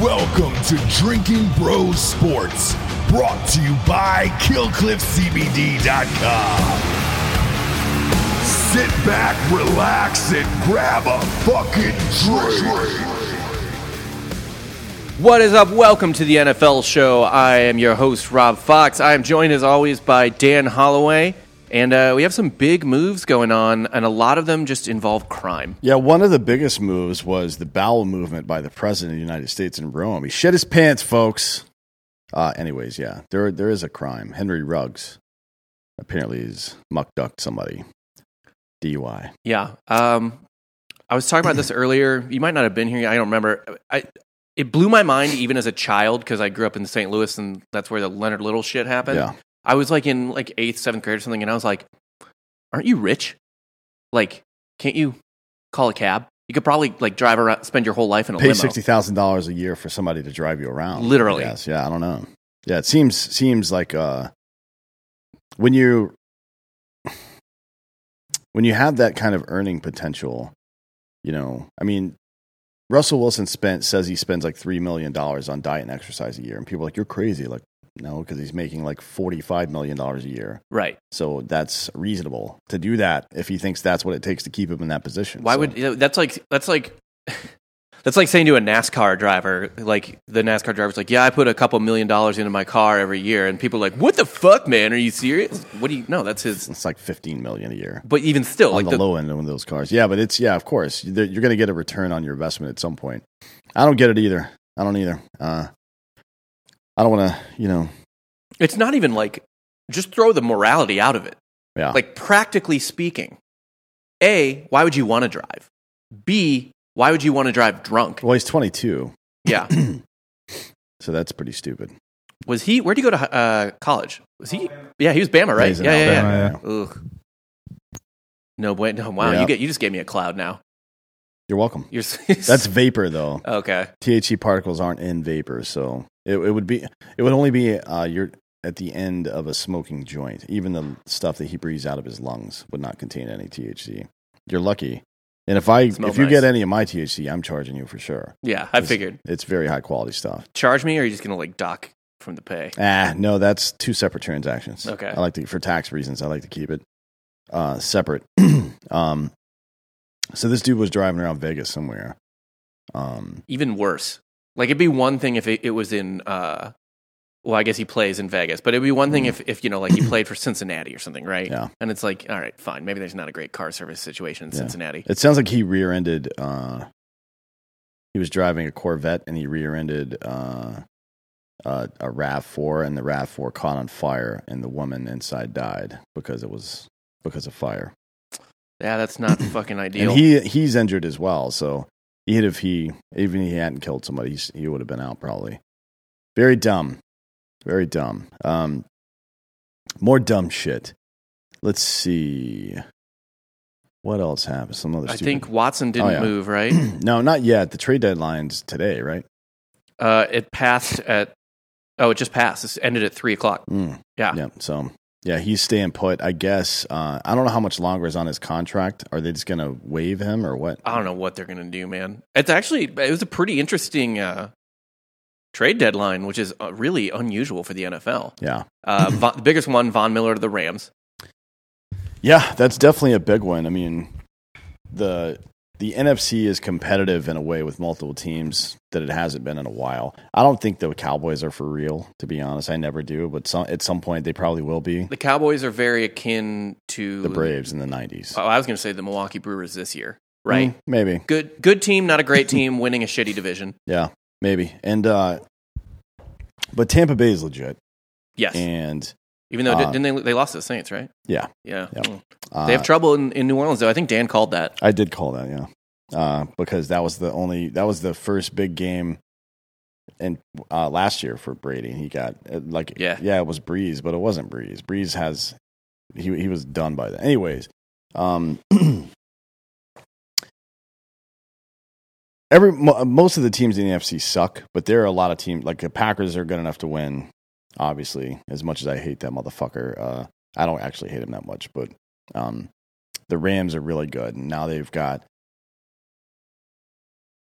Welcome to Drinking Bros Sports, brought to you by KillcliffCBD.com. Sit back, relax, and grab a fucking drink. What is up? Welcome to the NFL show. I am your host, Rob Fox. I am joined, as always, by Dan Holloway. And uh, we have some big moves going on, and a lot of them just involve crime. Yeah, one of the biggest moves was the bowel movement by the president of the United States in Rome. He shit his pants, folks. Uh, anyways, yeah, there there is a crime. Henry Ruggs apparently he's muck ducked somebody. DUI. Yeah. Um, I was talking about this earlier. You might not have been here. I don't remember. I, it blew my mind even as a child because I grew up in St. Louis, and that's where the Leonard Little shit happened. Yeah. I was like in like eighth, seventh grade or something, and I was like, "Aren't you rich? Like, can't you call a cab? You could probably like drive around, spend your whole life in a Pay limo." sixty thousand dollars a year for somebody to drive you around. Literally. Yes. Yeah, I don't know. Yeah, it seems seems like uh, when you when you have that kind of earning potential, you know, I mean, Russell Wilson spent says he spends like three million dollars on diet and exercise a year, and people are like you're crazy. Like no, because he's making like forty five million dollars a year, right? so that's reasonable to do that if he thinks that's what it takes to keep him in that position. Why So- would you know, that's like that's like that's like saying to a NASCAR driver, like the NASCAR driver's like, "Yeah, I put a couple million dollars into my car every year," and people are like, "What the fuck, man? Are you serious? What do you? No, that's his." it's like fifteen million a year? But even still, on like the, low end of one of those cars. Yeah, but it's yeah, of course You- there- you're going to get a return on your investment at some point. I don't get it either. I don't either. Uh, I don't want to, you know, it's not even like just throw the morality out of it. yeah, Like practically speaking, A, why would you want to drive? B, why would you want to drive drunk? Well, he's 22, Yeah. so that's pretty stupid. Was he where would he go to uh, college? Was he Yeah, he was Bama, right? He's in Yeah, yeah, yeah. Alabama, Ugh. No, wait, no, wow, you Yeah. get you just gave me a cloud now. You're welcome. You're s- That's vapor though. okay. THC particles aren't in vapor, so it, it would be it would only be uh, your at the end of a smoking joint. Even the stuff that he breathes out of his lungs would not contain any THC. You're lucky. And if I Smell if you nice. get any of my THC, I'm charging you for sure. Yeah, I It's- figured. it's very high quality stuff. Charge me or are you just going to like dock from the pay? Ah, no, that's two separate transactions. Okay. I like to for tax reasons. I like to keep it uh, separate. um, so this dude was driving around Vegas somewhere. Um, Even worse. Like it'd be one thing if it, it was in uh well, I guess he plays in Vegas, but it'd be one thing if, if you know, like he played for Cincinnati or something, right? Mm. Yeah. And it's like, all right, fine. Maybe there's not a great car service situation in Yeah. Cincinnati. it sounds like he rear-ended. Uh, he was driving a Corvette and he rear-ended uh, uh, a Rav Four, and the Rav Four caught on fire, and the woman inside died because it was because of fire. Yeah, that's not fucking ideal. And he he's injured as well. So even if he even if he hadn't killed somebody, he's, he would have been out probably. Very dumb, very dumb. Um, more dumb shit. Let's see. What else happened? Some other. I Stupid... Oh, think Watson didn't yeah. move, right? no, not yet. The trade deadline's today, right? Uh, it passed at oh, it just passed. It ended at three o'clock. Mm. Yeah. Yeah. So yeah, he's staying put. I guess. Uh, I don't know how much longer is on his contract. Are they just gonna waive him or what? I don't know what they're gonna do, man. It's actually it was a pretty interesting uh, trade deadline, which is uh, really unusual for the NFL. Yeah. Uh, Von, the biggest one, Von Miller to the Rams. Yeah, that's definitely a big one. I mean, the the NFC is competitive in a way with multiple teams that it hasn't been in a while. I don't think the Cowboys are for real, to be honest. I never do, but some, at some point they probably will be. The Cowboys are very akin to The Braves in the '90s, Oh, I was gonna say the Milwaukee Brewers this year, right? Mm, maybe, Good, good team, not a great team, winning a shitty division. yeah, maybe. And uh but Tampa Bay is legit, Yes, and even though uh, didn't they they lost to the Saints, right? yeah, Yeah. Yeah. Mm. uh, They have trouble in, in New Orleans, though. I think Dan called that. I did call that, yeah, uh, because that was the only that was the first big game, and uh, last year for Brady, he got uh, like Yeah. yeah, it was Breeze, but it wasn't Breeze. Breeze has he he was done by that. Anyways, um, every mo- uh, most of the teams in the NFC suck, but there are a lot of teams like the Packers are good enough to win. Obviously, as much as I hate that motherfucker, uh, I don't actually hate him that much, but um, the Rams are really good, and now they've got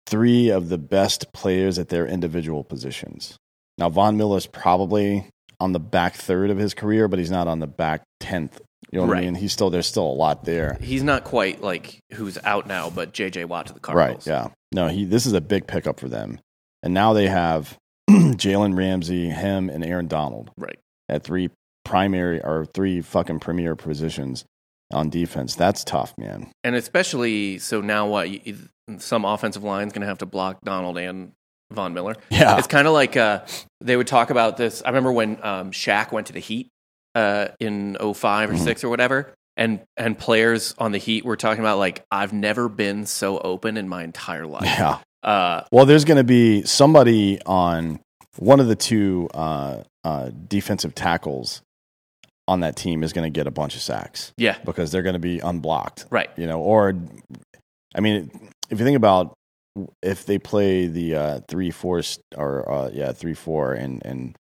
three of the best players at their individual positions. Now, Von Miller's probably on the back third of his career, but he's not on the back tenth. You know what Right. I mean? He's still there's still a lot there. He's not quite like who's out now, but J.J. Watt to the Right. Cardinals. Yeah. No, he. This is a big pickup for them, and now they have Jalen Ramsey, him, and Aaron Donald. Right. At three primary or three fucking premier positions on defense. That's tough, man. And especially so now, what you, you- some offensive line's going to have to block Donald and Von Miller. Yeah. It's kind of like uh, they would talk about this. I remember when um, Shaq went to the Heat uh, in 05 or Mm-hmm. 6 or whatever, and, and players on the Heat were talking about, like, I've never been so open in my entire life. yeah. Uh, Well, there's going to be somebody on one of the two uh, uh, defensive tackles on that team is going to get a bunch of sacks yeah, because they're going to be unblocked, right. you know. Or, I mean, if you think about if they play the uh, three four st- or uh, yeah three four and and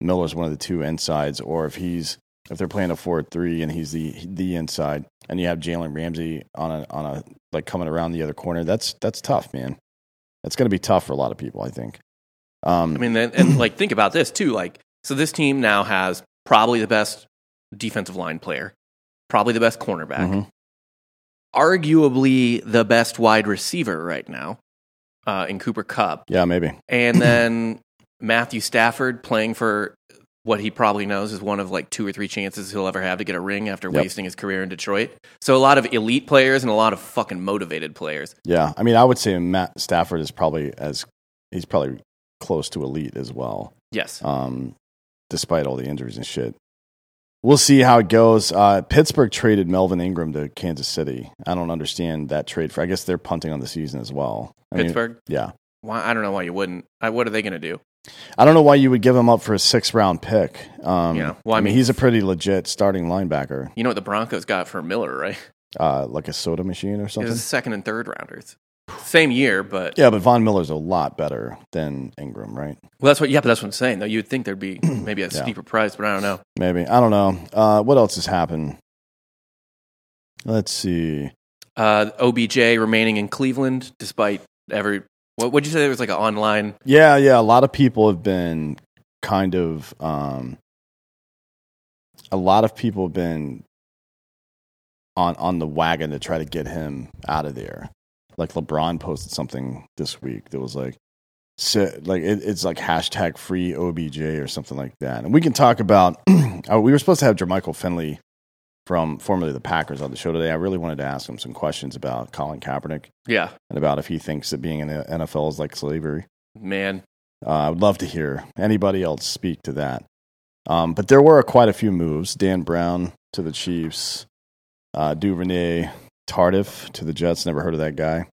Miller's one of the two insides, or if he's if they're playing a four three and he's the the inside, and you have Jalen Ramsey on a on a like coming around the other corner, that's that's tough, man. That's going to be tough for a lot of people, I think. Um, I mean, then, and like think about this too. Like, so this team now has probably the best defensive line player, probably the best cornerback, mhm. arguably the best wide receiver right now uh, in Cooper Cup, yeah, maybe. and then Matthew Stafford playing for what he probably knows is one of like two or three chances he'll ever have to get a ring after Yep. wasting his career in Detroit. So a lot of elite players and a lot of fucking motivated players. Yeah, I mean, I would say Matt Stafford is probably as he's probably close to elite as well. Yes. um, despite all the injuries and shit. We'll see how it goes. Uh, Pittsburgh traded Melvin Ingram to Kansas City. I don't understand that trade for. I guess they're punting on the season as well. I mean, Pittsburgh. yeah, Why? I don't know why you wouldn't. I, what are they going to do? I don't know why you would give him up for a six round pick. Um, Yeah. well, I mean, he's a pretty legit starting linebacker, You know what the Broncos got for Miller, right? uh, like a soda machine or It something. was second and third rounders. Same year, but Yeah, but Von Miller's a lot better than Ingram, right? well, that's what. Yeah, but that's what I'm saying. Though you'd think there'd be maybe a Yeah. steeper price, but I don't know. Maybe I don't know. Uh, what else has happened? Let's see. Uh, OBJ remaining in Cleveland despite every. What would you say? There was like an online. Yeah, yeah. A lot of people have been kind of. Um, a lot of people have been on on the wagon to try to get him out of there. Like LeBron posted something this week that was like, so, like it, it's like hashtag free OBJ or something like that. And we can talk about. oh, we were supposed to have Jermichael Finley from formerly the Packers on the show today. I really wanted to ask him some questions about Colin Kaepernick Yeah, and about if he thinks that being in the NFL is like slavery. man. Uh, I would love to hear anybody else speak to that. Um, but there were quite a few moves. Dan Brown to the Chiefs, uh, Duvernay Tardif to the Jets. Never heard of that guy.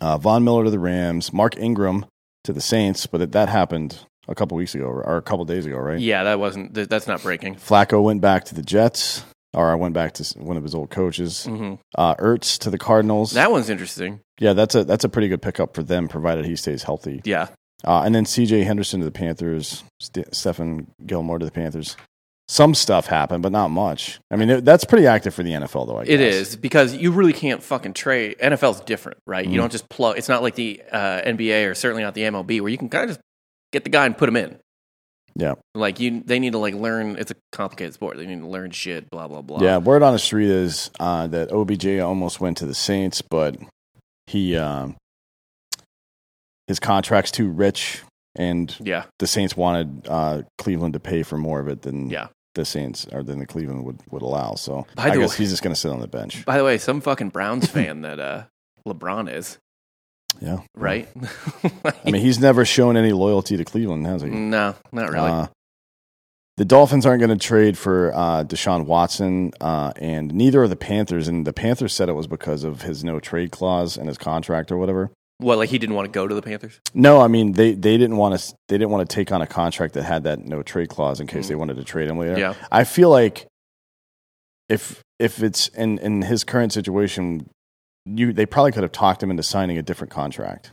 Uh, Von Miller to the Rams. Mark Ingram to the Saints, but it, that happened a couple weeks ago or a couple days ago, right? Yeah, that wasn't. Th- that's not breaking. Flacco went back to the Jets, or I went back to s- one of his old coaches. hmm Uh, Ertz to the Cardinals. That one's interesting. yeah, that's a that's a pretty good pickup for them, provided he stays healthy. Yeah, Uh, and then CJ Henderson to the Panthers, St- Stephen Gilmore to the Panthers. Some stuff happened, but not much. I mean, it, that's pretty active for the NFL, though. I it guess. is because you really can't fucking trade. NFL's different, right? Mm-hmm. You don't just plug. It's not like the uh, NBA or certainly not the MLB where you can kind of just get the guy and put him in. Yeah. like you they need to like learn it's a complicated sport they need to learn shit blah blah blah Yeah. Word on the street is uh, that OBJ almost went to the Saints, but he um, his contract's too rich, and yeah the Saints wanted uh, Cleveland to pay for more of it than Yeah. the Saints or than the Cleveland would, would allow. So By I the guess way- he's just going to sit on the bench. by the way some fucking browns fan that uh lebron is Yeah. right I mean, he's never shown any loyalty to Cleveland, has he? no not really Uh, the Dolphins aren't going to trade for uh, Deshaun Watson, uh, and neither are the Panthers. And the Panthers said it was because of his no trade clause and his contract or whatever. well like he didn't want to go to the panthers No, I mean they, they didn't want to they didn't want to take on a contract that had that no trade clause in case they wanted to trade him later. Mm. Yeah. I feel like if if it's in in his current situation, you they probably could have talked him into signing a different contract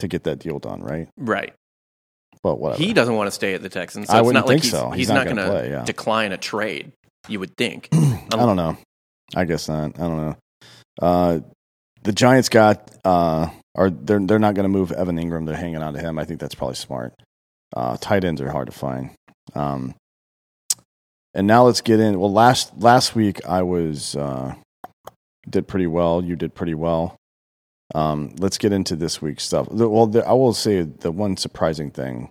to get that deal done, right? right But whatever. he doesn't want to stay at the texans so I it's not wouldn't like think he's, so. he's, He's not, not gonna, gonna play, yeah. decline a trade you would think I don't know. I guess not. I don't know. Uh, the Giants got uh, Or they're they're not going to move Evan Ingram. They're hanging on to him. I think that's probably smart. Uh, tight ends are hard to find. Um, and now let's get in. Well, last last week I was uh, did pretty well. You did pretty well. Um, let's get into this week's stuff. The- Well, the, I will say the one surprising thing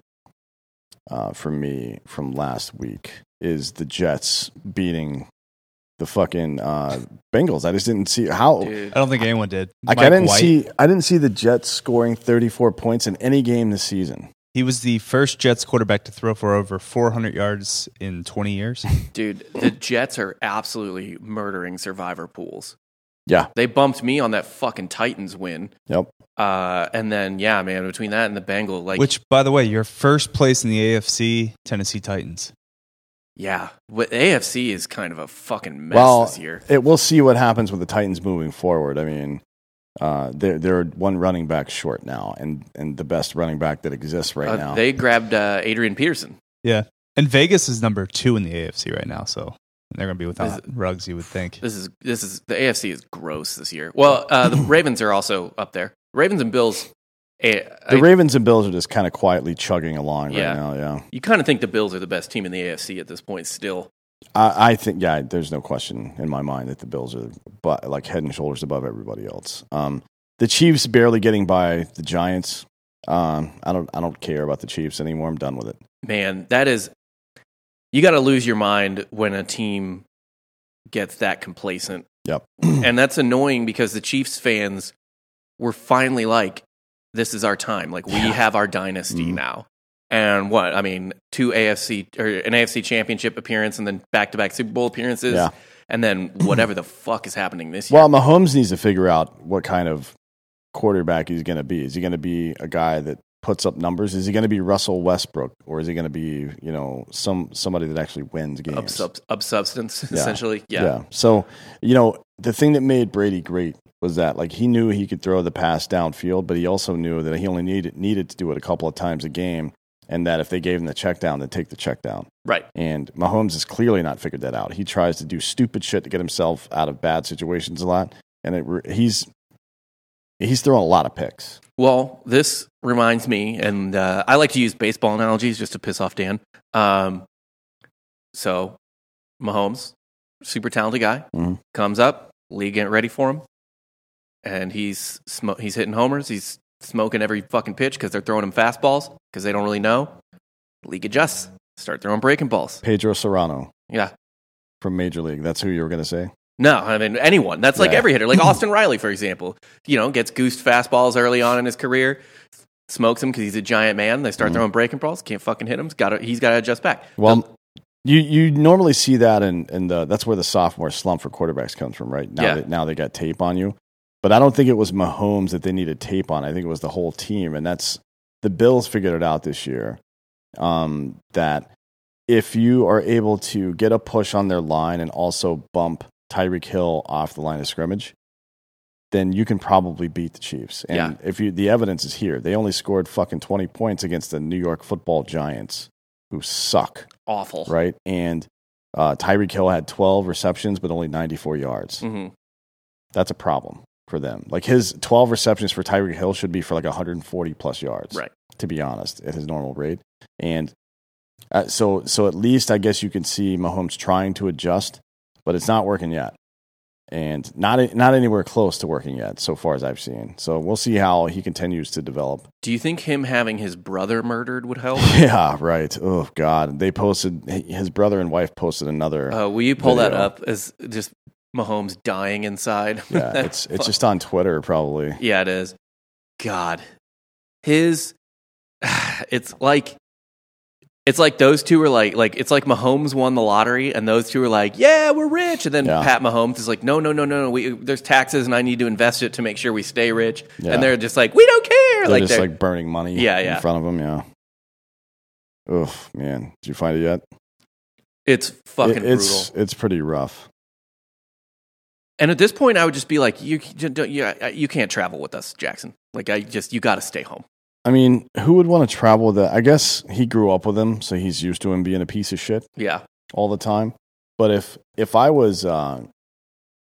uh, for me from last week is the Jets beating the fucking uh, Bengals. I just didn't see how. Dude. I don't think anyone did. Like, I Mike didn't White, see. I didn't see the Jets scoring 34 points in any game this season. He was the first Jets quarterback to throw for over 400 yards in 20 years. Dude, the Jets are absolutely murdering survivor pools. Yeah. They bumped me on that fucking Titans win. Yep. Uh, and then, yeah, man, between that and the Bengal, like, Which, by the way, your first place in the AFC, Tennessee Titans. yeah, what AFC is kind of a fucking mess well, this year. it we'll see what happens with the Titans moving forward. I mean, uh, they're they're one running back short now, and and the best running back that exists right Uh, now. They grabbed uh, Adrian Peterson. Yeah. And Vegas is number two in the AFC right now. So they're going to be Is without it- Ruggs, you would think. This is this is the AFC is gross this year. Well, uh, the Ravens are also up there. Ravens and Bills. eh, the I- Ravens and Bills are just kind of quietly chugging along Yeah. right now. Yeah, you kind of think the Bills are the best team in the AFC at this point. Still, I, I think yeah. There's no question in my mind that the Bills are but like head and shoulders above everybody else. Um, the Chiefs barely getting by the Giants. Um, I don't I don't care about the Chiefs anymore. I'm done with it. man, that is you got to lose your mind when a team gets that complacent. Yep. and that's annoying because the Chiefs fans were finally like, this is our time. Like, we Yeah. have our dynasty Mhm. now. And what? I mean, two AFC or an AFC championship appearance and then back to back Super Bowl appearances. Yeah. And then whatever the fuck is happening this year. Well, Mahomes needs to figure out what kind of quarterback he's going to be. Is he going to be a guy that puts up numbers? Is he going to be Russell Westbrook, or is he going to be you know some somebody that actually wins games? of, sub- of substance, Yeah. essentially. Yeah. So you know the thing that made Brady great was that like he knew he could throw the pass downfield, but he also knew that he only needed needed to do it a couple of times a game, and that if they gave him the check down, then take the check down. Right. And Mahomes has clearly not figured that out. He tries to do stupid shit to get himself out of bad situations a lot, and it, re- he's he's throwing a lot of picks. Well, this reminds me, and uh, I like to use baseball analogies just to piss off Dan. Um, so, Mahomes, super talented guy, Mhm. comes up, league getting ready for him, and he's sm- he's hitting homers, he's smoking every fucking pitch because they're throwing him fastballs because they don't really know. League adjusts, start throwing breaking balls. Pedro Serrano Yeah, from Major League. That's who you were going to say. no, I mean anyone. That's like Yeah. every hitter, like Austin Riley, for example. You know, gets goosed fastballs early on in his career, smokes him because he's a giant man. They start throwing breaking balls, can't fucking hit him. Got to, he's got to adjust back. Mm-hmm. Well, you you normally see that in, in the that's where the sophomore slump for quarterbacks comes from, right? Now Yeah. that now they got tape on you. But I don't think it was Mahomes that they needed tape on. I think it was the whole team, and that's the Bills figured it out this year. Um, that if you are able to get a push on their line and also bump Tyreek Hill off the line of scrimmage, then you can probably beat the Chiefs. And if you the evidence is here, they only scored fucking twenty points against the New York Football Giants, who suck awful. right? And uh, Tyreek Hill had 12 receptions, but only 94 yards. Mhm. That's a problem for them. Like his 12 receptions for Tyreek Hill should be for like 140 plus yards, Right. To be honest, at his normal rate. And uh, so, so at least I guess you can see Mahomes trying to adjust, but it's not working yet. And not, not anywhere close to working yet, so far as I've seen. So we'll see how he continues to develop. Do you think him having his brother murdered would help? Yeah, right. Oh, God. They posted, his brother and wife posted another. Uh, will you pull that Video. up as just Mahomes dying inside? yeah, it's it's just on Twitter probably. Yeah, it is. God, his. It's like, it's like those two are like, like it's like Mahomes won the lottery, and those two are like, yeah, we're rich, and then Yeah. Pat Mahomes is like, no, no, no, no, no, we, there's taxes, and I need to invest it to make sure we stay rich, Yeah. and they're just like, we don't care, They're like, just they're- like burning money Yeah, in yeah. front of them, yeah. Oof, man. Did you find it yet? it's fucking It- it's brutal. it's pretty rough. And at this point, I would just be like, you, you don't, you, you can't travel with us, Jackson. Like, I just, you got to stay home. I mean, who would want to travel with that? I guess he grew up with him, so he's used to him being a piece of shit Yeah, all the time. But if if I was uh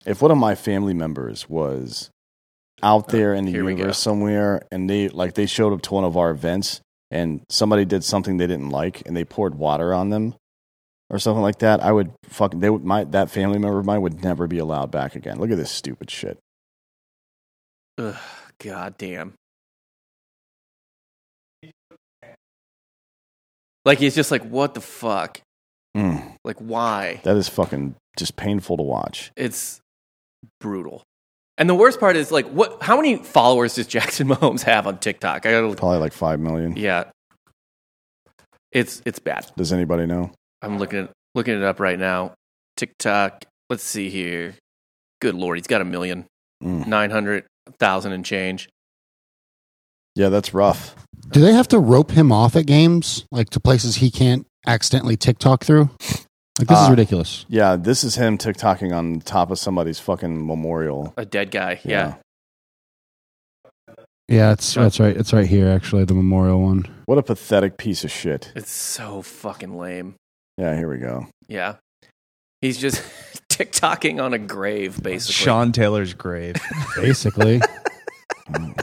if one of my family members was out there in the Oh, here we go. universe somewhere, and they like they showed up to one of our events, and somebody did something they didn't like, and they poured water on them, or something like that. I would fucking they would my that family member of mine would never be allowed back again. Look at this stupid shit. Ugh, God damn. Like he's just like, what the fuck? Mm, Like why? that is fucking just painful to watch. It's brutal. And the worst part is like, what? How many followers does Jackson Mahomes have on TikTok? I gotta, Probably like five million. yeah. It's it's bad. Does anybody know? I'm looking at, looking it up right now. TikTok. Let's see here. Good lord, he's got a million, Mm. nine hundred thousand and change. Yeah, that's rough. Do they have to rope him off at games, like to places he can't accidentally TikTok through? Uh, Like this Ah. is ridiculous. Yeah, this is him TikToking on top of somebody's fucking memorial. A dead guy. Yeah. yeah. Yeah, it's that's right. It's right here, actually, the memorial one. What a pathetic piece of shit. It's so fucking lame. Yeah, here we go. Yeah. He's just TikToking on a grave, basically. Sean Taylor's grave. Basically, What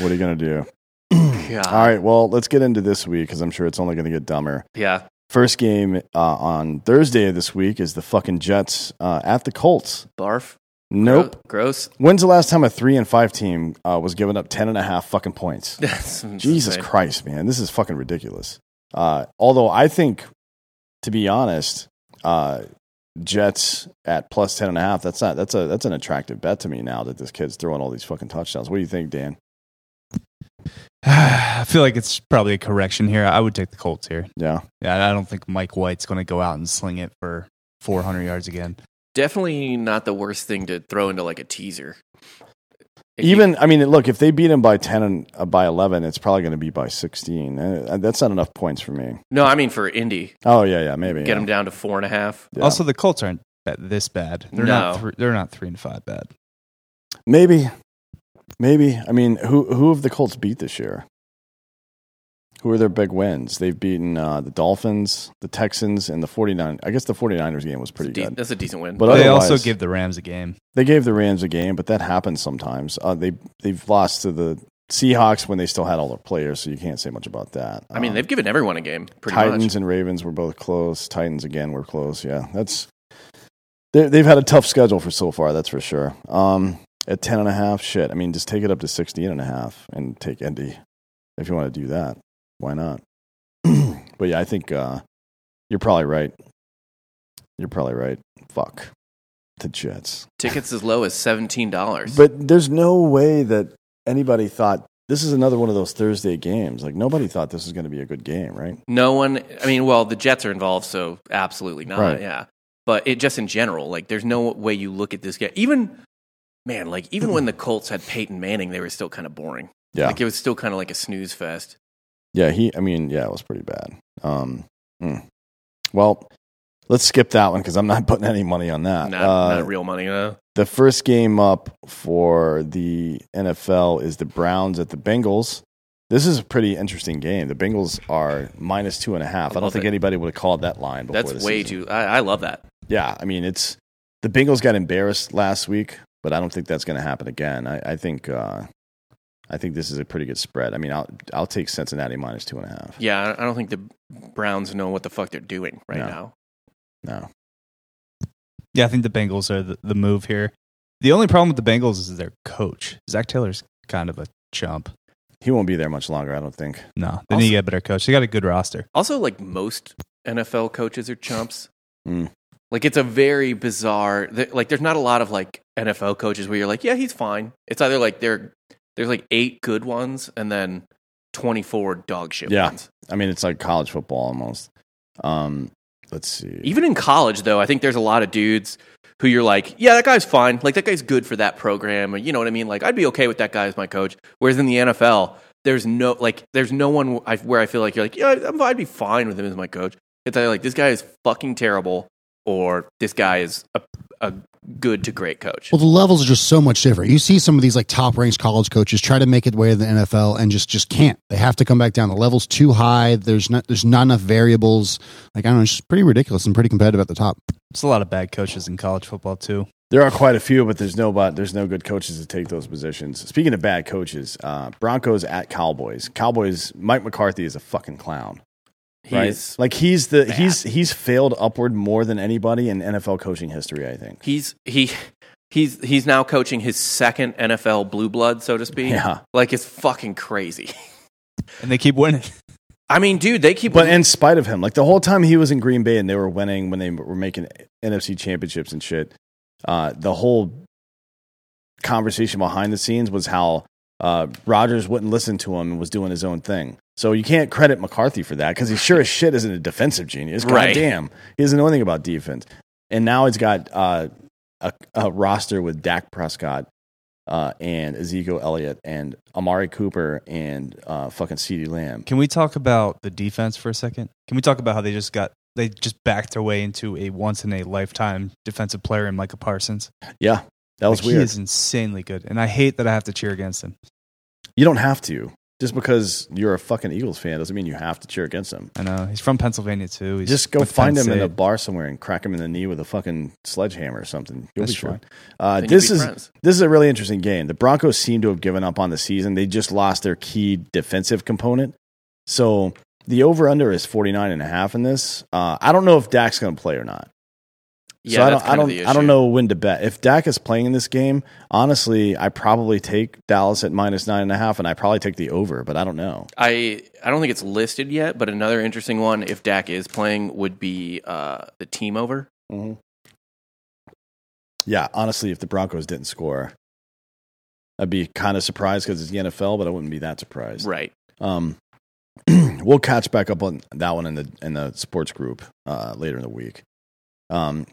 are you going to do? Yeah. All right, well, let's get into this week because I'm sure it's only going to get dumber. Yeah. First game uh, on Thursday of this week is the fucking Jets uh, at the Colts. Barf. Nope. Gross. When's the last time a three and five team uh, was giving up 10 and a half fucking points? That's Jesus insane. Christ, man, this is fucking ridiculous. Uh, although I think, to be honest, uh, Jets at plus ten and a half. That's not that's a that's an attractive bet to me now that this kid's throwing all these fucking touchdowns. What do you think, Dan? I feel like it's probably a correction here. I would take the Colts here. Yeah, Yeah, I don't think Mike White's going to go out and sling it for 400 yards again. Definitely not the worst thing to throw into like a teaser. If you- even I mean, look, if they beat him by ten and uh, by eleven, it's probably going to be by sixteen. Uh, that's not enough points for me. no, I mean for Indy, Oh yeah, yeah, maybe get yeah. him down to four and a half. Yeah. Also, the Colts aren't that, this bad. They're No. not. Th- they're not three and five bad. Maybe, maybe. I mean, who who have the Colts beat this year? Who are their big wins? They've beaten uh, the Dolphins, the Texans, and the 49. I guess the 49ers game was pretty That's a de- good. That's a decent win. But uh, they also otherwise- give the Rams a game. They gave the Rams a game, but that happens sometimes. Uh, they they've lost to the Seahawks when they still had all their players, so you can't say much about that. I mean, Um, they've given everyone a game, pretty Titans much. and Ravens were both close. Titans again were close. Yeah, that's they- they've had a tough schedule for so far. That's for sure. Um, at ten and a half, shit. I mean, just take it up to sixteen and a half and take Indy if you want to do that. Why not? but yeah, I think uh, you're probably right. You're probably right. Fuck the Jets. Tickets as low as seventeen dollars. But there's no way that anybody thought this is another one of those Thursday games. Like nobody thought this was going to be a good game, right? No one. I mean, well, the Jets are involved, so absolutely not. Right. Yeah, but it just in general, like, there's no way you look at this game. Even man, like, even when the Colts had Peyton Manning, they were still kind of boring. Yeah. like it was still kind of like a snooze fest. Yeah, he. I mean, yeah, it was pretty bad. Um, mm. Well, let's skip that one because I'm not putting any money on that. Not, Uh, not real money. No. the first game up for the NFL is the Browns at the Bengals. This is a pretty interesting game. The Bengals are minus two and a half. I, don't love think it. anybody would have called that line. Before That's the way season. too. I, I love that. yeah, I mean, it's the Bengals got embarrassed last week, but I don't think that's going to happen again. I, I think uh, I think this is a pretty good spread. I mean, I'll I'll take Cincinnati minus two and a half. Yeah, I- I don't think the Browns know what the fuck they're doing right No. now. No, Yeah, I think the Bengals are the, the move here. The only problem with the Bengals is their coach. Zach Taylor's kind of a chump. he won't be there much longer. I don't think. No, they Also- need to get a better coach. They got a good roster. Also, like most NFL coaches are chumps. Mm. Like it's a very bizarre. th- Like there's not a lot of like NFL coaches where you're like, yeah, he's fine. It's either like there, there's like eight good ones and then twenty four dog shit Yeah. ones. I mean, it's like college football almost. Um, let's see. Even in college, though, I think there's a lot of dudes who you're like, yeah, that guy's fine. Like that guy's good for that program. Or, you know what I mean? Like I'd be okay with that guy as my coach. Whereas in the NFL, there's no like, there's no one I, where I feel like you're like, yeah, I'm- I'd be fine with him as my coach. It's either like this guy is fucking terrible, or this guy is a, a good to great coach. well, the levels are just so much different. You see some of these like top ranked college coaches try to make it way to the NFL and just just can't. They have to come back down. The levels too high. There's not there's not enough variables. Like I don't know, it's just pretty ridiculous and pretty competitive at the top. It's a lot of bad coaches in college football too. There are quite a few, but there's no but there's no good coaches to take those positions. Speaking of bad coaches, uh, Broncos at Cowboys. Cowboys. Mike McCarthy is a fucking clown. right? He's like he's the he's he's failed upward more than anybody in NFL coaching history. I think. he's he he's he's now coaching his second NFL blue blood, so to speak. Yeah. Like it's fucking crazy. and they keep winning. I mean, dude, they keep But in spite of him, like the whole time he was in Green Bay and they were winning when they were making NFC championships and shit, uh, the whole conversation behind the scenes was how uh, Rodgers wouldn't listen to him and was doing his own thing. So you can't credit McCarthy for that because he sure as shit isn't a defensive genius. God Right. damn. He doesn't know anything about defense. And now he's got uh, a, a roster with Dak Prescott uh, and Ezekiel Elliott and Amari Cooper and uh, fucking CeeDee Lamb. Can we talk about the defense for a second? Can we talk about how they just got they just backed their way into a once in a lifetime defensive player in Micah Parsons? Yeah, that was Like, weird. He is insanely good, and I hate that I have to cheer against him. You don't have to. Just because you're a fucking Eagles fan doesn't mean you have to cheer against them. I know he's from Pennsylvania too. He's Just go with find Penn him in a State. bar somewhere and crack him in the knee with a fucking sledgehammer or something. You'll That's be true. fine. Uh, Then you'll this be is friends. this is a really interesting game. The Broncos seem to have given up on the season. They just lost their key defensive component. So the over under is 49 and a half in this. Uh, I don't know if Dak's going to play or not. yeah, so I that's don't, I kind of the don't, I don't issue. know when to bet. If Dak is playing in this game, honestly, I probably take Dallas at minus nine and a half, and I probably take the over, but I don't know. I I don't think it's listed yet, but another interesting one, if Dak is playing, would be uh, the team over. Mm-hmm. Yeah, honestly, if the Broncos didn't score, I'd be kind of surprised because it's the NFL, but I wouldn't be that surprised. Right. Um, we'll catch back up on that one in the in the sports group uh, later in the week. Um,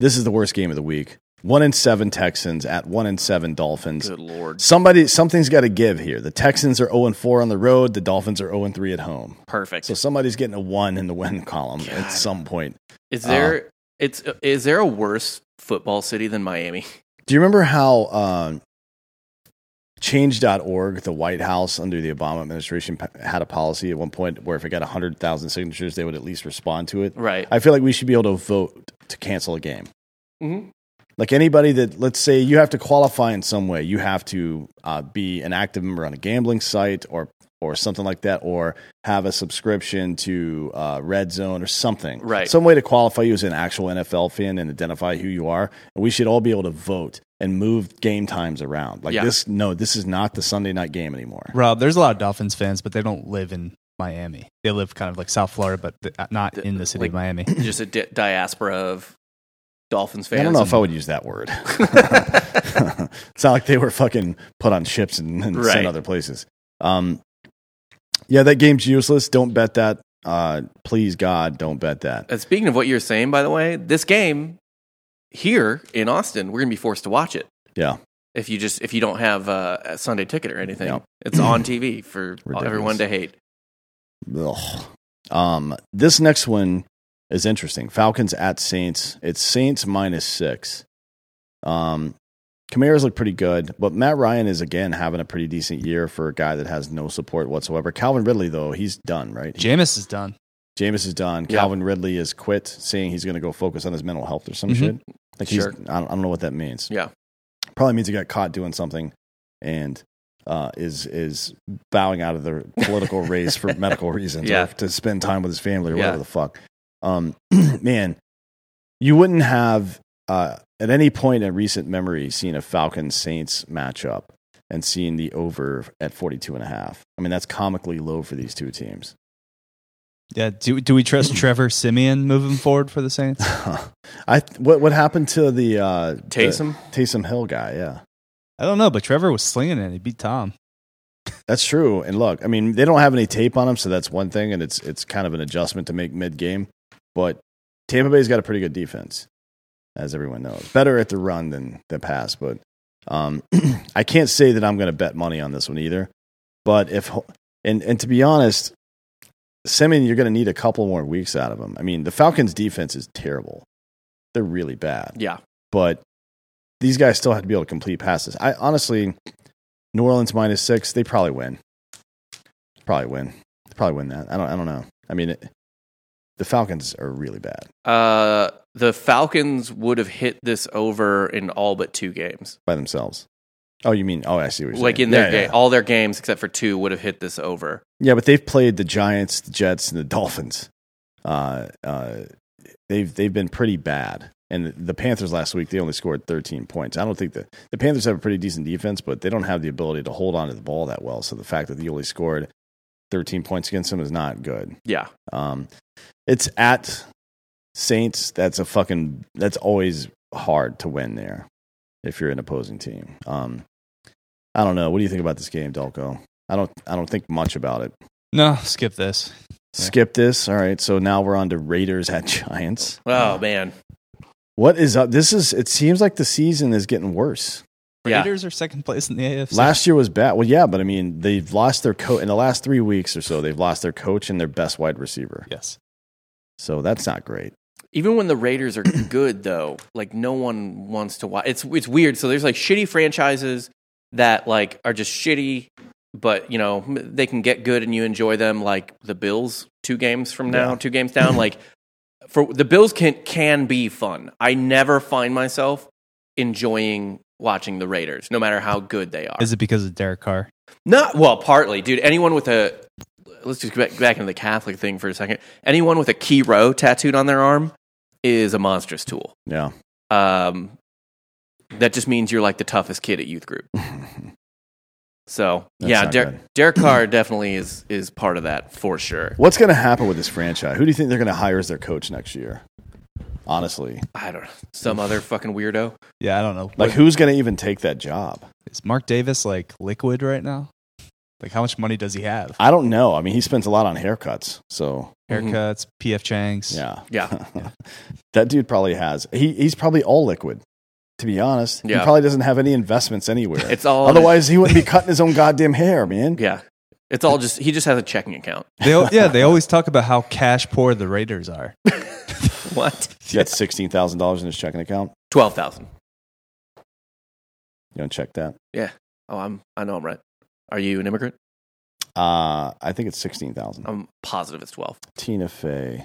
this is the worst game of the week. One in seven Texans at one in seven Dolphins. Good lord. Somebody, something's got to give here. The Texans are 0 and 4 on the road. The Dolphins are 0 and 3 at home. Perfect. So somebody's getting a one in the win column at God. some point. is there uh, it's is there a worse football city than Miami? Do you remember how um, change.org, the White House under the Obama administration, p- had a policy at one point where if it got 100,000 signatures, they would at least respond to it? Right. I feel like we should be able to vote to cancel a game. Mhm. Like anybody that, let's say you have to qualify in some way, you have to uh, be an active member on a gambling site or or something like that, or have a subscription to uh, Red Zone or something. Right. Some way to qualify you as an actual NFL fan and identify who you are. And we should all be able to vote and move game times around. Like Yeah. this, no, this is not the Sunday night game anymore. Rob, there's a lot of Dolphins fans, but they don't live in Miami. They live kind of like South Florida, but th- uh, not in the city Like- of Miami. Just a di- diaspora of Dolphins fans. I don't know and- if I would use that word. it's not like they were fucking put on ships and, and Right. sent other places. Um, yeah, that game's useless. Don't bet that. Uh, please, God, don't bet that. And speaking of what you're saying, by the way, this game here in Austin, we're gonna be forced to watch it. Yeah. If you just if you don't have uh, a Sunday ticket or anything, Yep. it's on TV for Ridiculous. everyone to hate. Ugh. Um, this next one is interesting. Falcons at Saints. It's Saints minus six. Um, Kamara's look pretty good, but Matt Ryan is again having a pretty decent year for a guy that has no support whatsoever. Calvin Ridley, though, he's done, right? He- Jameis is done. Jameis is done. Yeah. Calvin Ridley is quit, saying he's going to go focus on his mental health or some Mhm. shit. Like he's, Mm-hmm. Sure. I, don't, I don't know what that means. Yeah. probably means he got caught doing something, and uh, is is bowing out of the political race for medical reasons Yeah. or to spend time with his family or Yeah. whatever the fuck. Um, man, you wouldn't have uh, at any point in recent memory seen a Falcons Saints matchup and seen the over at 42 and a half. I mean, that's comically low for these two teams. Yeah. Do, do we trust Trevor Simeon moving forward for the Saints? I what what happened to the uh, Taysom, the Taysom Hill guy? Yeah, I don't know, but Trevor was slinging it. He beat Tom. that's true. And look, I mean, they don't have any tape on him, so that's one thing, and it's it's kind of an adjustment to make mid game. But Tampa Bay's got a pretty good defense, as everyone knows. Better at the run than the pass, but um, I can't say that I'm going to bet money on this one either. But if and and to be honest, Simeon, you're going to need a couple more weeks out of him. I mean, the Falcons' defense is terrible; they're really bad. yeah, but these guys still had to be able to complete passes. I honestly, New Orleans minus six, they probably win. Probably win. Probably win that. I don't. I don't know. I mean, it, The Falcons are really bad Uh, the Falcons would have hit this over in all but two games. by themselves. Oh, you mean? Oh, I see what you're Like saying. in their yeah, game, Yeah. all their games except for two would have hit this over. Yeah, but they've played the Giants, the Jets, and the Dolphins. Uh, uh, they've they've been pretty bad. And the- the Panthers last week, they only scored 13 points. I don't think the the Panthers have a pretty decent defense, but they don't have the ability to hold on to the ball that well. So the fact that they only scored 13 points against them is not good. Yeah, Um, it's at Saints. That's a fucking. That's always hard to win there if you're an opposing team. Um, I don't know. What do you think about this game, Delco? I don't. I don't think much about it. No, skip this. Yeah. Skip this. All right. So now we're on to Raiders at Giants. Oh man, What is up? This is. It seems like the season is getting worse. Yeah. Raiders are second place in the AFC. Last year was bad. Well, yeah, but I mean, they've lost their coach in the last three weeks or so. They've lost their coach and their best wide receiver. yes. So that's not great. even when the Raiders are good though, like no one wants to watch. It's it's weird. So there's like shitty franchises that like are just shitty, but you know m- they can get good and you enjoy them. Like the Bills, two games from now, Yeah. two games down. like for the Bills can can be fun. I never find myself enjoying watching the Raiders, no matter how good they are. Is it because of Derek Carr? Not well, partly, dude. Anyone with a let's just get back, back into the Catholic thing for a second. Anyone with a key row tattooed on their arm is a monstrous tool. Yeah. Um, that just means you're like the toughest kid at youth group. So That's yeah, not Der- good. Derek Carr definitely is is part of that for sure. What's going to happen with this franchise? Who do you think they're going to hire as their coach next year? Honestly, I don't know some other fucking weirdo. Yeah, I don't know. like Like, who's going to even take that job? is Mark Davis like liquid right now? Like, how much money does he have? I don't know. I mean, he spends a lot on haircuts, so Mhm. Haircuts, PF Chang's. yeah, Yeah. that dude probably has. He he's probably all liquid. To be honest, Yeah. he probably doesn't have any investments anywhere. It's all Otherwise, he wouldn't be cutting his own goddamn hair, man. yeah. It's all just he just has a checking account. They, al- yeah, they always talk about how cash poor the Raiders are. What He got sixteen thousand dollars in his checking account. twelve thousand? You don't check that. Oh, I'm I know I'm right. Are you an immigrant? Uh, I think it's sixteen thousand. I'm positive it's twelve. Tina Fey.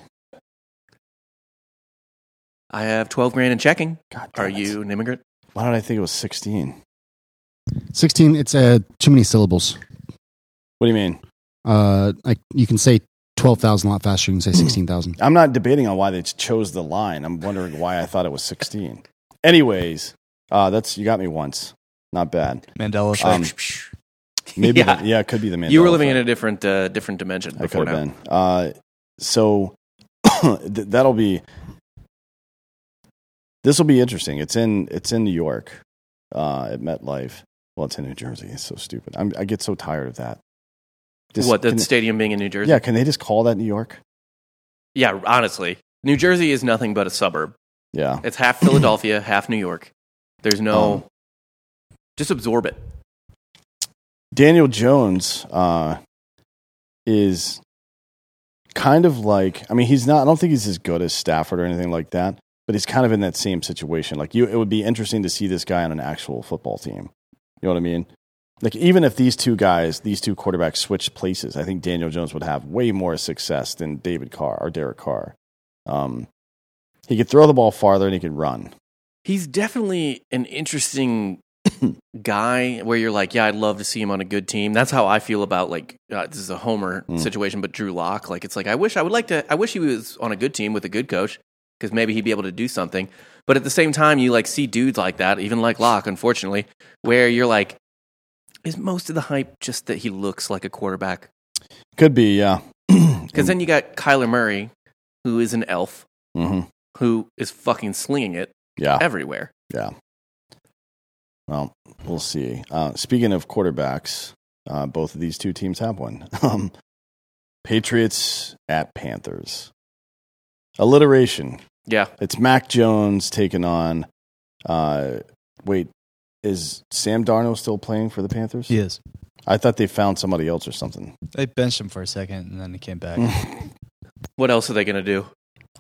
I have twelve grand in checking. God, damn Are it. you an immigrant? Why did I think it was sixteen? 16, it's uh, too many syllables. What do you mean? Uh, like you can say 12,000 a lot faster. You can say 16,000. I'm not debating on why they chose the line. I'm wondering why I thought it was 16. Anyways, uh, that's you got me once. Not bad. Mandela effect. Um, Maybe Yeah. yeah, the, yeah it could be the man. you were living in a different uh, different dimension I before could now. have been. Uh, so th- that'll be this will be interesting. It's in it's in New York uh, at MetLife. Well, it's in New Jersey. It's so stupid. I'm, I get so tired of that. Just- what the can- stadium being in New Jersey? yeah, can they just call that New York? Yeah, honestly, New Jersey is nothing but a suburb. Yeah. It's half Philadelphia, half New York. There's no. Um, just absorb it. Daniel Jones uh, is kind of like I mean he's not I don't think he's as good as Stafford or anything like that, but he's kind of in that same situation. Like you, it would be interesting to see this guy on an actual football team. You know what I mean? Like even if these two guys, these two quarterbacks switched places, I think Daniel Jones would have way more success than David Carr or Derek Carr. Um, he could throw the ball farther and he could run. He's definitely an interesting guy where you're like, yeah, I'd love to see him on a good team. That's how I feel about like uh, this is a Homer Mm. situation, but Drew Lock. Like it's like I wish I would like to. I wish he was on a good team with a good coach because maybe he'd be able to do something. But at the same time, you like see dudes like that, even like Locke, unfortunately, where you're like, is most of the hype just that he looks like a quarterback? Could be, yeah. Mm. Because then you got Kyler Murray, who is an elf, hmm who is fucking slinging it yeah. everywhere. Well, we'll see. Uh, speaking of quarterbacks, uh, both of these two teams have one. Um, Patriots at Panthers. Alliteration. Yeah. It's Mac Jones taking on. Uh, wait, is Sam Darnold still playing for the Panthers? he is. I thought they found somebody else or something. They benched him for a second and then he came back. I What else are they going to do?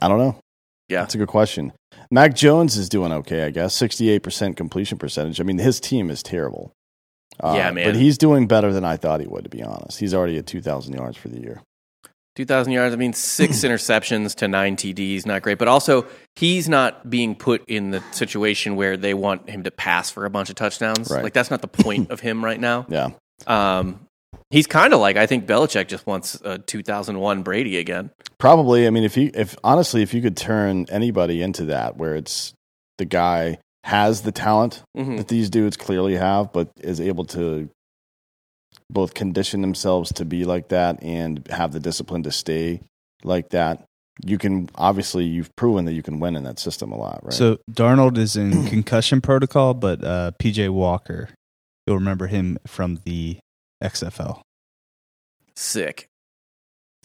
don't know. Yeah. That's a good question. Mac Jones is doing okay, I guess. 68% completion percentage. I mean, his team is terrible. Uh, Yeah, man. But he's doing better than I thought he would, to be honest. He's already at 2,000 yards for the year. 2,000 yards. I mean, six interceptions to nine TDs, not great. But also, he's not being put in the situation where they want him to pass for a bunch of touchdowns. Right. Like, that's not the point of him right now. Yeah. Um, he's kind of like, I think Belichick just wants a 2001 Brady again. Probably. I mean, if you, if honestly, if you could turn anybody into that, where it's the guy has the talent Mhm. that these dudes clearly have, but is able to both condition themselves to be like that and have the discipline to stay like that, you can obviously you've proven that you can win in that system a lot, right? So Darnold is in concussion protocol, but uh, PJ Walker, you'll remember him from the XFL. Sick.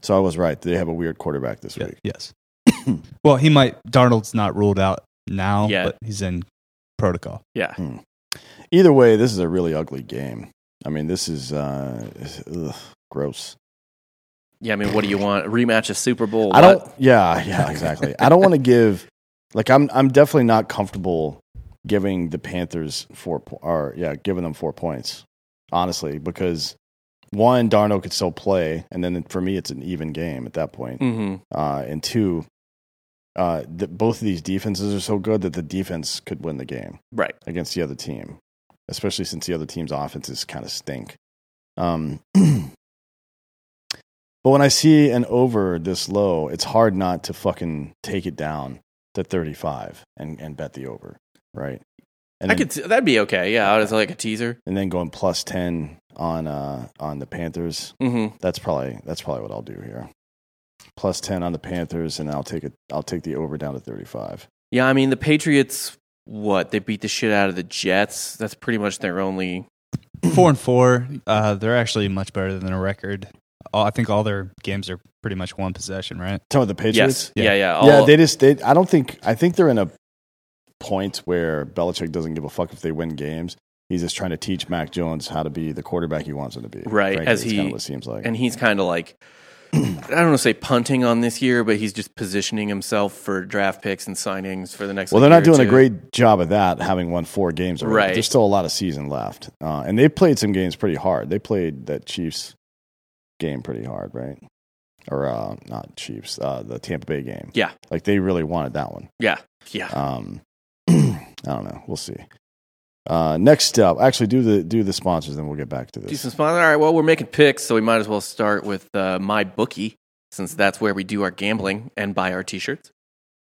so I was right. They have a weird quarterback this Ye- week. Yes. well, he might. Darnold's not ruled out now, Yet. but he's in protocol. Yeah. Either way, this is a really ugly game. I mean, this is uh, ugh, gross. Yeah. I mean, what do you want? A rematch of Super Bowl? I What? don't. Yeah, yeah, exactly. I don't want to give. Like, I'm. I'm definitely not comfortable giving the Panthers four. po- Or yeah, giving them four points. Honestly, because one, Darno could still play, and then for me, it's an even game at that point. Mhm. Uh, and two, uh, the, both of these defenses are so good that the defense could win the game Right. against the other team, especially since the other team's offenses kind of stink. Um, but when I see an over this low, it's hard not to fucking take it down to 35 and, and bet the over, right? And I then, could, see- that'd be okay. Yeah. It's like a teaser. and then going plus 10 on uh, on the Panthers. hmm That's probably that's probably what I'll do here. Plus 10 on the Panthers and I'll take it I'll take the over down to 35. Yeah, I mean the Patriots. What they beat the shit out of the Jets. That's pretty much their only. Four and four. Uh, they're actually much better than a record. All, I think all their games are pretty much one possession, right? Tell me the Patriots. Yes. Yeah. Yeah. all- yeah, they just they. I don't think. I think they're in a point where Belichick doesn't give a fuck if they win games. He's just trying to teach Mac Jones how to be the quarterback he wants him to be. Right, Frankly, as it's he- kind of what it seems like. and he's kind of like. I don't want to say punting on this year, but he's just positioning himself for draft picks and signings for the next. well, like, they're not year or doing two. a great job of that, having won four games already. Right. There's still a lot of season left, uh, and they played some games pretty hard. They played that Chiefs game pretty hard, right? Or uh, not Chiefs, uh, the Tampa Bay game. Yeah. like they really wanted that one. Yeah, yeah. Um, I don't know. We'll see. Uh, next up, actually, do the do the sponsors, then we'll get back to this. Decent sponsor. All right. Well, we're making picks, so we might as well start with uh, my bookie, since that's where we do our gambling and buy our t-shirts.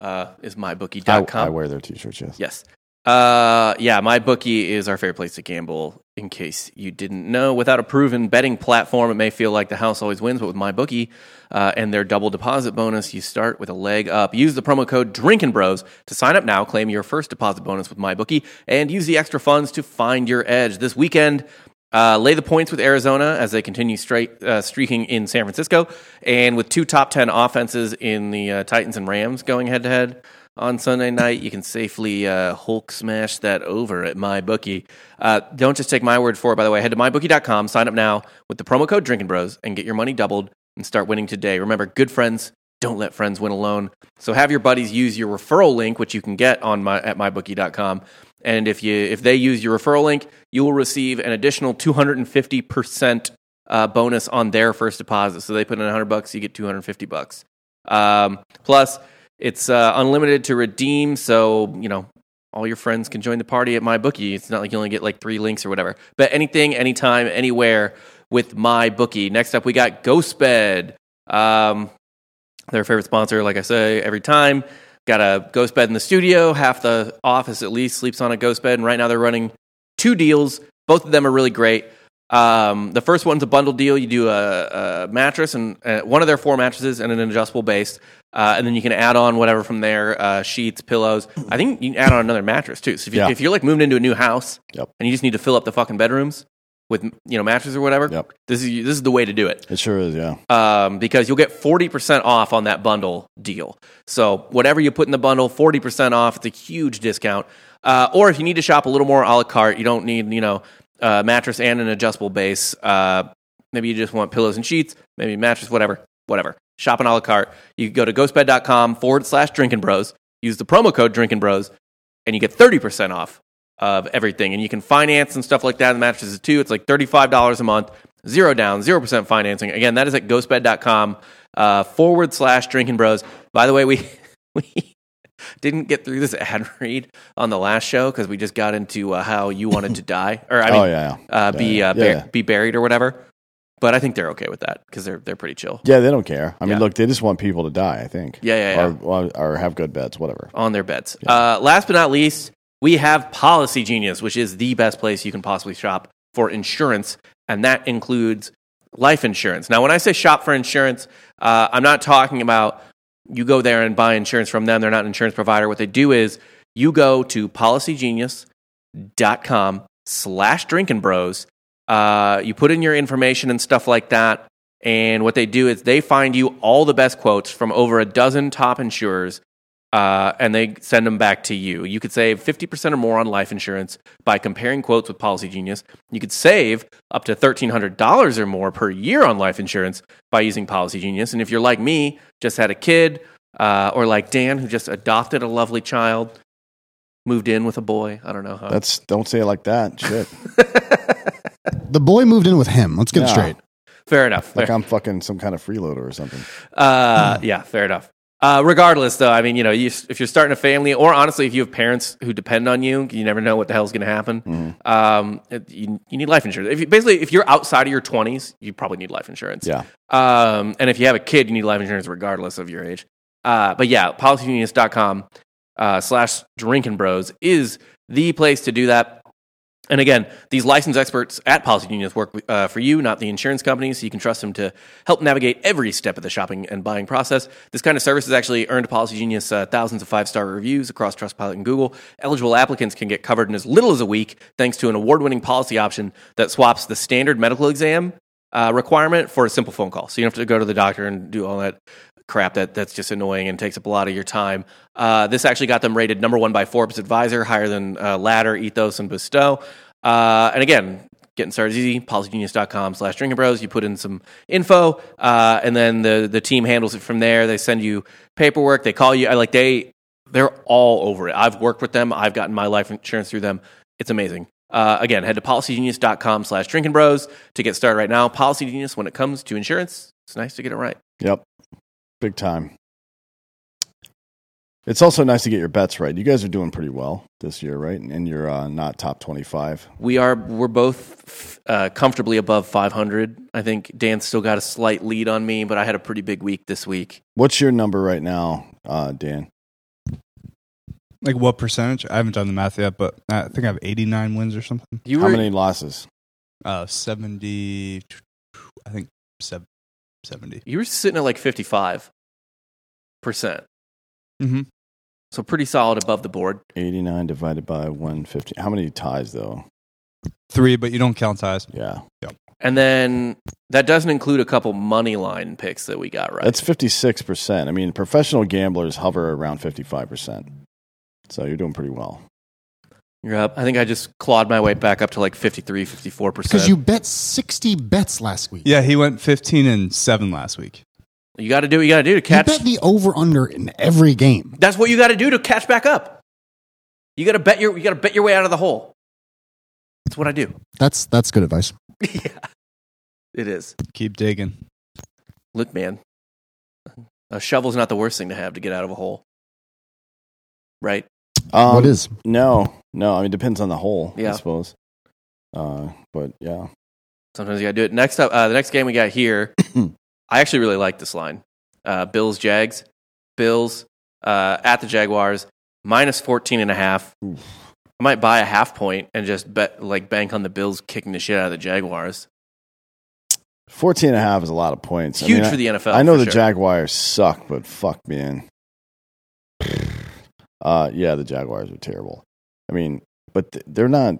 Uh, is I, mybookie.com. I wear their t-shirts. Yes. Yes. Uh, yeah, my bookie is our favorite place to gamble. In case you didn't know, without a proven betting platform, it may feel like the house always wins. But with my bookie uh, and their double deposit bonus, you start with a leg up. Use the promo code Drinkin' Bros to sign up now, claim your first deposit bonus with my bookie, and use the extra funds to find your edge this weekend. Uh, lay the points with Arizona as they continue straight, uh, streaking in San Francisco, and with two top ten offenses in the uh, Titans and Rams going head to head on Sunday night, you can safely uh, Hulk smash that over at MyBookie. Uh, don't just take my word for it, by the way. Head to mybookie.com, sign up now with the promo code Drinking Bros, and get your money doubled and start winning today. Remember, good friends don't let friends win alone. So have your buddies use your referral link, which you can get on my at mybookie.com. And if you if they use your referral link, you will receive an additional two hundred and fifty percent uh, bonus on their first deposit. So they put in 100 bucks, you get 250 bucks. Um, plus, it's uh, unlimited to redeem, so you know all your friends can join the party at my bookie. It's not like you only get like three links or whatever. But anything, anytime, anywhere with my bookie. Next up, we got GhostBed. Um, their favorite sponsor, like I say every time. Got a ghost bed in the studio. Half the office at least sleeps on a ghost bed, and right now they're running two deals. Both of them are really great. Um, the first one's a bundle deal. You do a, a mattress and uh, one of their four mattresses and an adjustable base, uh, and then you can add on whatever from there: uh, sheets, pillows. I think you can add on another mattress too. So if, you, Yeah. if you're like moving into a new house Yep. and you just need to fill up the fucking bedrooms with you know mattresses or whatever, Yep. this is this is the way to do it It sure is. Yeah. um, because you'll get 40% off on that bundle deal. So, whatever you put in the bundle, 40% off. It's a huge discount. Uh, or if you need to shop a little more a la carte, you don't need, you know, a mattress and an adjustable base. Uh, maybe you just want pillows and sheets, maybe mattress, whatever, whatever. Shop an a la carte. You go to ghostbed.com forward slash drinking bros, use the promo code drinking bros, and you get 30% off of everything. And you can finance and stuff like that. The mattresses too. It's like $35 a month. zero down, 0% financing. Again, that is at ghostbed.com uh, forward slash drinking bros. By the way, we, we didn't get through this ad read on the last show because we just got into uh, how you wanted to die, or I mean, oh yeah, uh, be, Yeah, uh, yeah. bur- be buried or whatever. But I think they're okay with that because they're, they're pretty chill yeah. They don't care. I mean, Yeah. look, they just want people to die. I think. Yeah, yeah, yeah. Or, or, or have good bets, whatever. on their beds. Uh, last but not least, we have Policy Genius, which is the best place you can possibly shop for insurance, and that includes life insurance. Now, when I say shop for insurance, uh, I'm not talking about you go there and buy insurance from them. They're not an insurance provider. What they do is you go to policygenius.com slash drinking bros. Uh, you put in your information and stuff like that. And what they do is they find you all the best quotes from over a dozen top insurers uh, and they send them back to you. You could save 50% or more on life insurance by comparing quotes with Policy Genius. You could save up to $1,300 or more per year on life insurance by using Policy Genius. And if you're like me, just had a kid, uh, or like Dan, who just adopted a lovely child, moved in with a boy, I don't know how. That's don't say it like that. Shit. The boy moved in with him. Let's get it Yeah. straight. fair enough. Fair. like I'm fucking some kind of freeloader or something. Uh, yeah, fair enough. Uh, regardless, though, I mean, you know, you, if you're starting a family, or honestly, if you have parents who depend on you, you never know what the hell's going to happen. Um, it- you, you need life insurance. If you, basically, if you're outside of your 20s, you probably need life insurance. Yeah. Um, and if you have a kid, you need life insurance regardless of your age. Uh, but yeah, policygenius.com uh, slash drinking bros is the place to do that. And again, these licensed experts at Policy Genius work uh, for you, not the insurance company, so you can trust them to help navigate every step of the shopping and buying process. This kind of service has actually earned Policy Genius uh, thousands of five star reviews across Trustpilot and Google. Eligible applicants can get covered in as little as a week thanks to an award winning policy option that swaps the standard medical exam uh, requirement for a simple phone call. So you don't have to go to the doctor and do all that crap that that's just annoying and takes up a lot of your time. Uh, this actually got them rated number one by Forbes Advisor, higher than uh, Ladder, Ethos, and Bestow. Uh, and again, getting started is easy. Policygenius.com slash drinking bros. You put in some info, uh, and then the the team handles it from there. They send you paperwork. They call you. I like they they're all over it. I've worked with them. I've gotten my life insurance through them. It's amazing. Uh, again, head to policygenius.com slash drinking bros to get started right now. Policy Genius, when it comes to insurance, it's nice to get it right. Yep. Big time. It's also nice to get your bets right. You guys are doing pretty well this year, right? And you're uh, not top 25. We are we're both uh, comfortably above 500. I think Dan's still got a slight lead on me, but I had a pretty big week this week. What's your number right now, uh, Dan? Like what percentage? I haven't done the math yet, but I think I have 89 wins or something. You How were many losses? Uh, 70, I think sev- 70. you were sitting at like 55 percent, Mm-hmm. so pretty solid above the board. 89 divided by 150. How many ties, though? Three, but you don't count ties. Yeah. And then that doesn't include a couple money line picks that we got right. That's 56%. I mean, professional gamblers hover around 55%. So you're doing pretty well. You're up. I think I just clawed my way back up to like 53, 54 percent. Because you bet 60 bets last week. Yeah, he went 15 and 7 last week. You got to do what you got to do to catch. You bet the over under in every game. That's what you got to do to catch back up. You got to bet your you got to bet your way out of the hole. That's what I do. That's that's good advice. yeah, it is. Keep digging. Look, man, a shovel's not the worst thing to have to get out of a hole, right? Um, what is? No, no. I mean, it depends on the hole, Yeah. I suppose. Uh, but yeah. Sometimes you got to do it. Next up, uh, the next game we got here, I actually really like this line. Uh, Bills Jags, Bills uh, at the Jaguars minus 14 and a half. I might buy a half point and just bet like bank on the Bills kicking the shit out of the Jaguars. 14 and a half is a lot of points. It's huge I mean, for the NFL. I know for the sure. Jaguars suck, but fuck, man. Uh, yeah, the Jaguars are terrible. I mean, but th- they're not.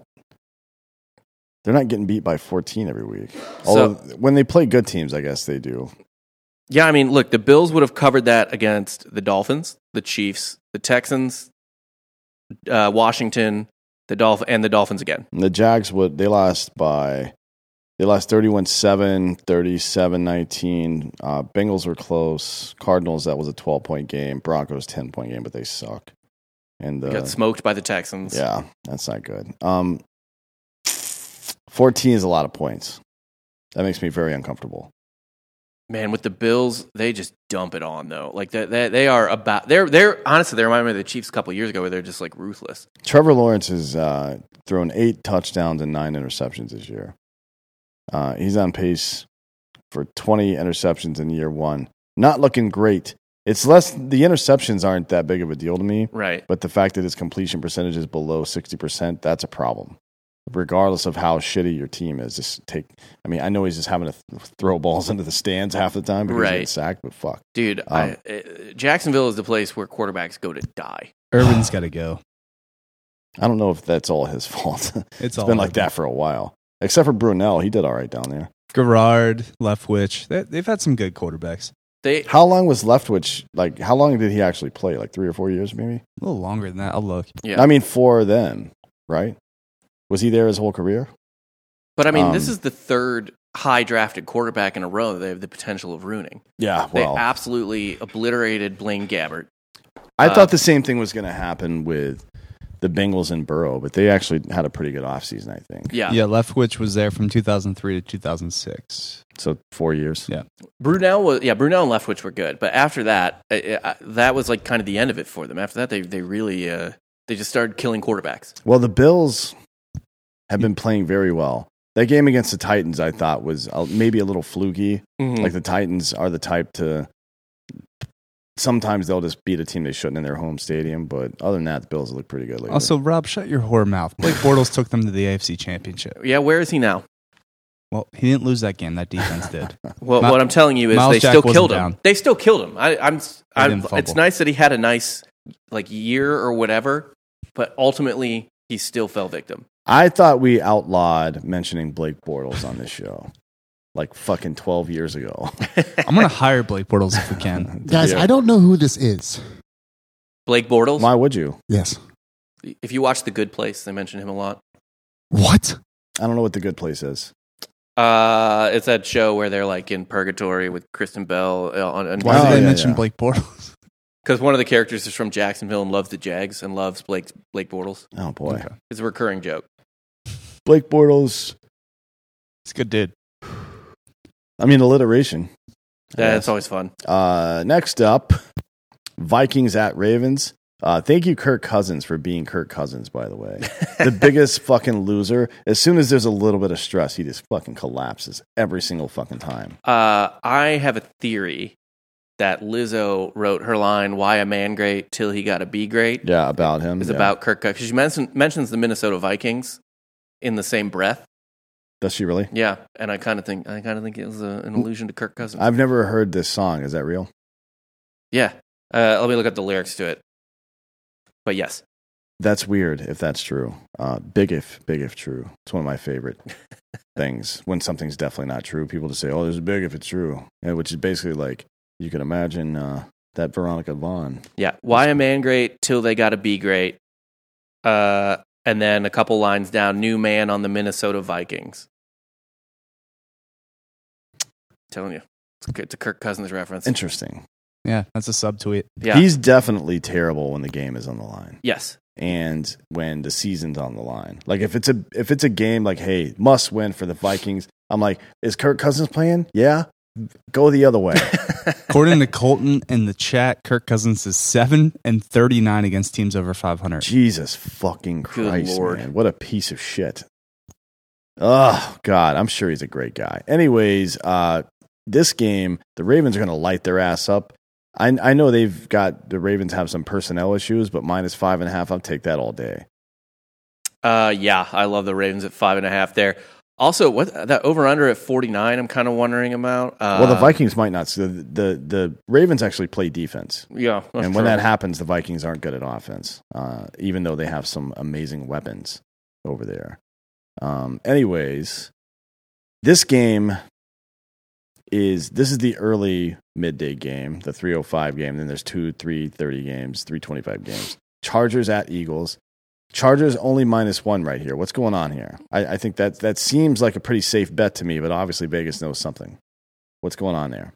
They're not getting beat by 14 every week. Although when they play good teams, I guess they do. Yeah, I mean, look, the Bills would have covered that against the Dolphins, the Chiefs, the Texans, uh, Washington, the Dolph and the Dolphins again. And the Jags would they lost by they lost 31-7, 37-19. Uh, Bengals were close. Cardinals that was a 12-point game. Broncos 10-point game, but they suck. And They uh, got smoked by the Texans. Yeah, that's not good. Um, 14 is a lot of points. That makes me very uncomfortable. Man, with the Bills, they just dump it on though. Like that, they, they are about. They're they're honestly they remind me of the Chiefs a couple years ago where they're just like ruthless. Trevor Lawrence has uh, thrown eight touchdowns and nine interceptions this year. Uh, he's on pace for 20 interceptions in year one. Not looking great. It's less, the interceptions aren't that big of a deal to me, Right. but the fact that his completion percentage is below 60%, that's a problem. Regardless of how shitty your team is, just take. I mean, I know he's just having to th- throw balls into the stands half the time because he's getting Right. sacked, but fuck. Dude, I, uh, Jacksonville is the place where quarterbacks go to die. Irvin's got to go. I don't know if that's all his fault. it's It's, all been like Irvin. that for a while, except for Brunel. He did all right down there. Gerard, Leftwich. They, they've had some good quarterbacks. They How long was Leftwich? Like, how long did he actually play? Like three or four years, maybe. A little longer than that. I'll look. Yeah. I mean, for them, right? Was he there his whole career? But I mean, this Um, is the third high drafted quarterback in a row that they have the potential of ruining. Yeah. They Well, absolutely obliterated Blaine Gabbert. I uh, thought the same thing was going to happen with the Bengals and Burrow, but they actually had a pretty good offseason, I think. Yeah. Yeah, Leftwich was there from 2003 to 2006. So four years. Yeah. Brunel was yeah, Brunel and Leftwich were good, but after that, uh, uh, that was like kind of the end of it for them. After that, they they really uh, they just started killing quarterbacks. Well, the Bills have been playing very well. That game against the Titans, I thought, was uh, maybe a little fluky. Hmm. Like the Titans are the type to sometimes they'll just beat a team they shouldn't in their home stadium, but other than that, the Bills look pretty good lately. Also, Rob, shut your whore mouth. Blake Bortles took them to the AFC Championship. yeah, where is he now? Well, he didn't lose that game. That defense did. Well, Ma- what I'm telling you is Miles they Jack still wasn't killed him. down. They still killed him. I, I'm. didn't I'm fumble. it's nice that he had a nice like year or whatever, but ultimately he still fell victim. I thought we outlawed mentioning Blake Bortles on this show like fucking 12 years ago. I'm going to hire Blake Bortles if we can. Guys, I don't know who this is. Blake Bortles. Why would you? Yes. if you watch The Good Place, they mention him a lot. What? I don't know what the good place is. Uh, it's that show where they're like in purgatory with Kristen Bell uh, on Why Oh, did I yeah, mention yeah. Blake Bortles? because one of the characters is from Jacksonville and loves the Jags and loves Blake Blake Bortles. Oh boy. Okay. It's a recurring joke. Blake Bortles, He's a good dude. I mean alliteration. I That's guess. always fun. Uh, next up, Vikings at Ravens. Uh, thank you, Kirk Cousins, for being Kirk Cousins, by the way. the biggest fucking loser. As soon as there's a little bit of stress, he just fucking collapses every single fucking time. Uh, I have a theory that Lizzo wrote her line "Why a man great till he got to be great" Yeah, about him. is yeah. about Kirk Cousins. She mention, mentions the Minnesota Vikings in the same breath. Does she really? Yeah, and I kind of think I kind of think it was a, an allusion to Kirk Cousins. I've never heard this song. Is that real? yeah, uh, let me look up the lyrics to it. But yes, That's weird if that's true. Uh, big if, big if true. It's one of my favorite things. When something's definitely not true, people just say, oh, there's a big if it's true, and, which is basically like you can imagine uh, that Veronica Vaughn. yeah. Why a man great till they got to be great. Uh, and then a couple lines down, new man on the Minnesota Vikings. Telling you, it's a- it's a Kirk Cousins reference. Interesting. Yeah, that's a subtweet. Yeah. He's definitely terrible when the game is on the line yes. and when the season's on the line. Like if it's a if it's a game like hey, must win for the Vikings, I'm like, is Kirk Cousins playing? Yeah. Go the other way. According to Colton in the chat, Kirk Cousins is 7 and 39 against teams over 500. Jesus fucking Good Christ, Lord. man. What a piece of shit. Oh God, I'm sure he's a great guy. Anyways, uh this game, the Ravens are gonna light their ass up. I I know they've got the Ravens have some personnel issues, but minus five and a half, I'll take that all day. Uh, yeah, I love the Ravens at five and a half there. Also, what that over under at forty nine? I'm kind of wondering about. Uh, Well, the Vikings might not. So the, the the Ravens actually play defense, yeah, that's and true. when that happens, the Vikings aren't good at offense, uh, even though they have some amazing weapons over there. Um, anyways, this game is this is the early midday game, the three hundred five game. Then there's two three thirty games, three twenty five games. Chargers at Eagles. Chargers only minus one right here. What's going on here? I, I think that that seems like a pretty safe bet to me, but obviously Vegas knows something. What's going on there?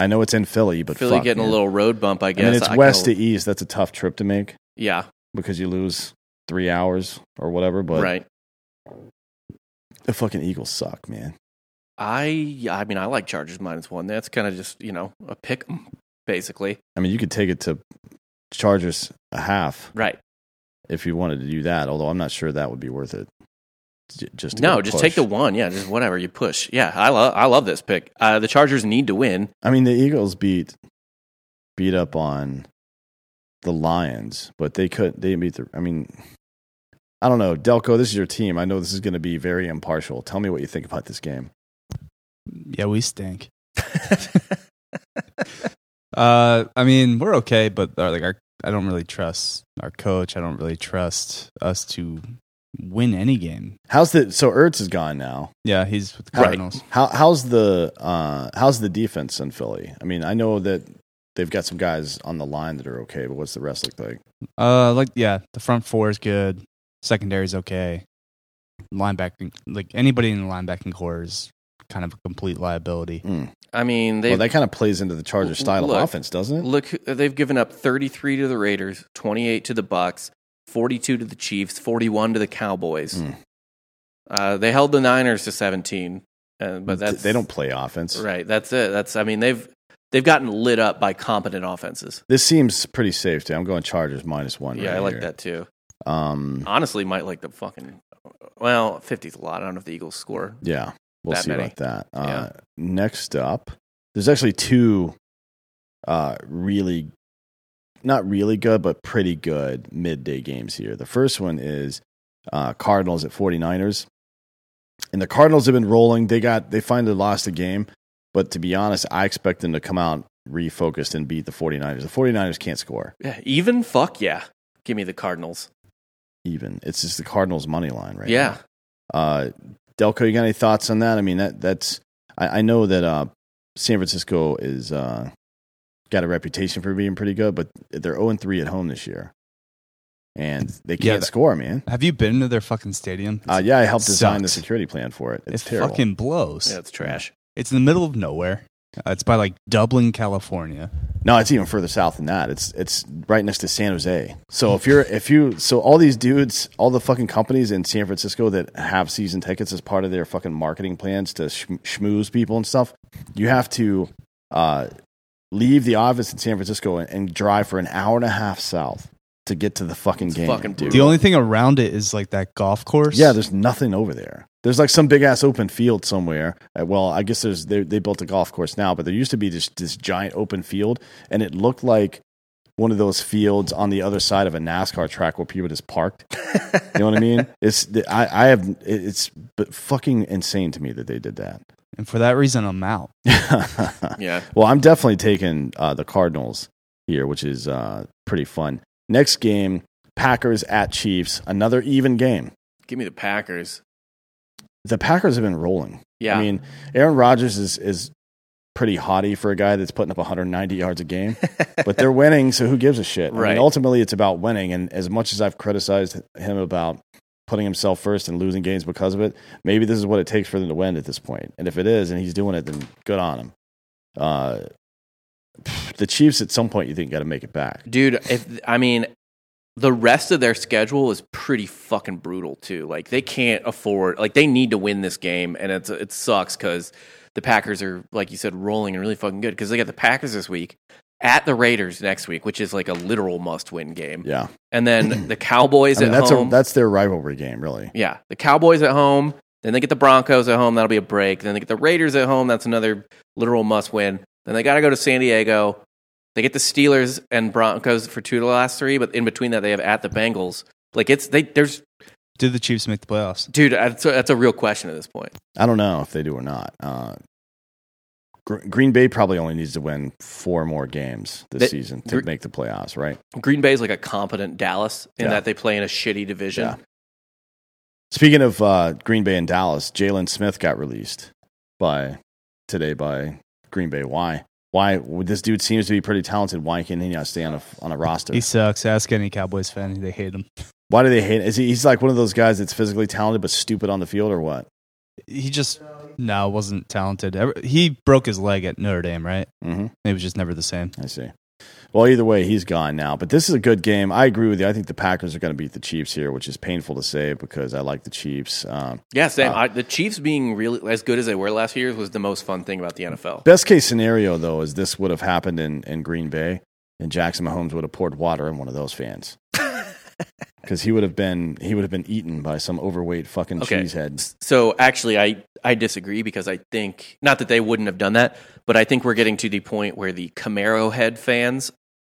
I know it's in Philly, but Philly fuck, getting man. a little road bump, I I guess. mean, it's I west to kinda- east. That's a tough trip to make yeah, because you lose three hours or whatever. But right. the fucking Eagles suck, man. I I mean I like Chargers minus one. That's kind of just you know a pick 'em, basically. I mean, you could take it to Chargers a half Right. if you wanted to do that. Although I'm not sure that would be worth it. J- Just to No, get a just take the push. one. Yeah, just whatever you push. Yeah, I love I love this pick. Uh, the Chargers need to win. I mean, the Eagles beat beat up on the Lions, but they couldn't. They didn't beat the. I mean, I don't know, Delco. This is your team. I know this is going to be very impartial. Tell me what you think about this game. Yeah, we stink. uh, I mean, we're okay, but our, like our, I don't really trust our coach. I don't really trust us to win any game. How's the so Ertz is gone now. Yeah, he's with the Right. Cardinals. How how's the uh, how's the defense in Philly? I mean, I know that they've got some guys on the line that are okay, but what's the rest look like? Uh, like yeah, the front four is good. Secondary's okay. Linebacking, like anybody in the linebacking core is kind of a complete liability. Mm. I mean they Well, that kind of plays into the Chargers style Look. of offense, doesn't it? look they've given up 33 to the Raiders, 28 to the Bucks, 42 to the Chiefs, 41 to the Cowboys. Mm. Uh, they held the Niners to 17, uh, but that's they don't play offense. Right. That's it. That's I mean they've they've gotten lit up by competent offenses. This seems pretty safe. Too. I'm going Chargers minus one. Yeah, right I like here. that too. Um, Honestly, might like the fucking well, 50's a lot. I don't know if the Eagles score. yeah, we'll That see many. about that. Uh, Next up, there's actually two uh, really, not really good, but pretty good midday games here. The first one is uh, Cardinals at 49ers. And the Cardinals have been rolling. They got they finally lost a game, but to be honest, I expect them to come out refocused and beat the 49ers. The 49ers can't score Yeah, even fuck yeah. Give me the Cardinals. even. It's just the Cardinals money line right now. yeah. Uh, Delco, you got any thoughts on that? I mean, that that's I, I know that uh, San Francisco is uh, got a reputation for being pretty good, but they're zero three at home this year, and they Yeah, can't that- score, man. Have you been to their fucking stadium? Uh, yeah, I helped design the Sucks. security plan for it. It's it terrible. fucking blows. Yeah, it's trash. It's in the middle of nowhere. Uh, it's by like Dublin, California. No, it's even further south than that. It's it's right next to San Jose. So if you're if you so all these dudes, all the fucking companies in San Francisco that have season tickets as part of their fucking marketing plans to sh- schmooze people and stuff, you have to uh, leave the office in San Francisco and, and drive for an hour and a half south to get to the fucking game, fucking dude. The only thing around it is like that golf course. Yeah, there's nothing over there. There's like some big ass open field somewhere. Uh, well, I guess there's they, they built a golf course now, but there used to be just this giant open field, and it looked like one of those fields on the other side of a NASCAR track where people just parked. You know what I mean? It's the- I I have it- it's b- fucking insane to me that they did that. and for that reason, I'm out. Yeah. Well, I'm definitely taking uh, the Cardinals here, which is uh, pretty fun. Next game, Packers at Chiefs, another even game. Give me the Packers. The Packers have been rolling. Yeah. I mean, Aaron Rodgers is is pretty haughty for a guy that's putting up 190 yards a game, but they're winning, so who gives a shit? I Right. mean, ultimately, it's about winning. And as much as I've criticized him about putting himself first and losing games because of it, maybe this is what it takes for them to win at this point. And if it is, and he's doing it, then good on him. Uh, the Chiefs, at some point, you think got to make it back. Dude, if I mean the rest of their schedule is pretty fucking brutal too. Like they can't afford like they need to win this game and it's it sucks cuz the Packers are like you said rolling and really fucking good cuz they got the Packers this week at the Raiders next week, which is like a literal must-win game. Yeah, And then the Cowboys I mean, at that's home. a that's their rivalry game, really. Yeah, the Cowboys at home. Then they get the Broncos at home. That'll be a break. Then they get the Raiders at home. That's another literal must win. Then they got to go to San Diego. They get the Steelers and Broncos for two of the last three, but in between that they have at the Bengals. Like it's they there's Did the Chiefs make the playoffs? dude. That's a, that's a real question at this point. I don't know if they do or not. Uh, Gr- Green Bay probably only needs to win four more games this They- season to Gre- make the playoffs, right? Green Bay's like a competent Dallas in Yeah. that they play in a shitty division. Yeah. Speaking of uh, Green Bay and Dallas, Jalen Smith got released by today by Green Bay. Why? Why this dude seems to be pretty talented? Why can't he not stay on a on a roster? He sucks. Ask any Cowboys fan. They hate him. Why do they hate? Is he, he's like one of those guys that's physically talented but stupid on the field, or what? He just no wasn't talented. Ever- He broke his leg at Notre Dame, right? hmm It was just never the same. I see. Well, either way, he's gone now. But this is a good game. I agree with you. I think the Packers are going to beat the Chiefs here, which is painful to say because I like the Chiefs. Um, Yeah, Sam. I, the Chiefs being really as good as they were last year was the most fun thing about the NFL. Best case scenario, though, is this would have happened in, in Green Bay, and Jackson Mahomes would have poured water in one of those fans because he would have been he would have been eaten by some overweight fucking Okay. cheesehead. So actually, I I disagree because I think not that they wouldn't have done that, but I think we're getting to the point where the Camaro head fans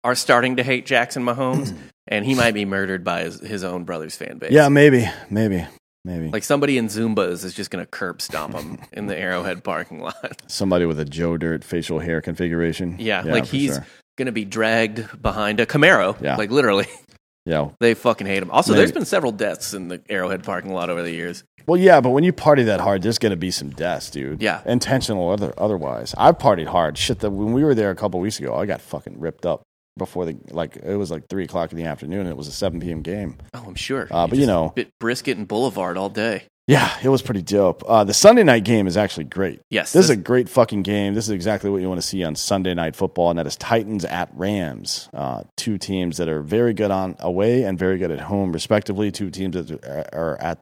are starting to hate Jackson Mahomes, and he might be murdered by his, his own brother's fan base. Yeah, maybe, maybe, maybe Like somebody in Zumbas is just going to curb stomp him in the Arrowhead parking lot. somebody with a Joe Dirt facial hair configuration. Yeah, like for he's sure. going to be dragged behind a Camaro. Yeah. Like literally, yeah. they fucking hate him. Also, Maybe. there's been several deaths in the Arrowhead parking lot over the years. Well, yeah, but when you party that hard, there's going to be some deaths, dude. Yeah. intentional or other, otherwise. I partied hard. Shit, that when we were there a couple weeks ago, I got fucking ripped up before the like. It was like three o'clock in the afternoon, and it was a seven p.m. game. Oh, I'm sure. Uh, but you just know- bit brisket and Boulevard all day. Yeah, it was pretty dope. Uh, the Sunday night game is actually great. Yes, This is a this- great fucking game. This is exactly what you want to see on Sunday night football, and that is Titans at Rams. Uh, two teams that are very good on away and very good at home, respectively. Two teams that are- are at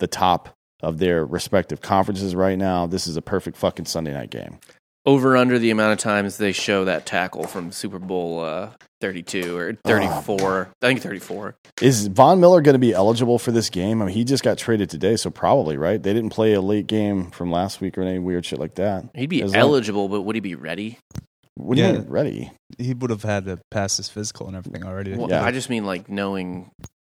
the top of their respective conferences right now. This is a perfect fucking Sunday night game. Over under the amount of times they show that tackle from Super Bowl uh, 32 or Oh. 34. I think 34. Is Von Miller going to be eligible for this game? I mean, he just got traded today, so probably right. They didn't play a late game from last week or any weird shit like that. He'd be As long- eligible, but would he be ready? What do you Yeah. mean ready? He would have had to pass his physical and everything already. Well, Yeah. I just mean like knowing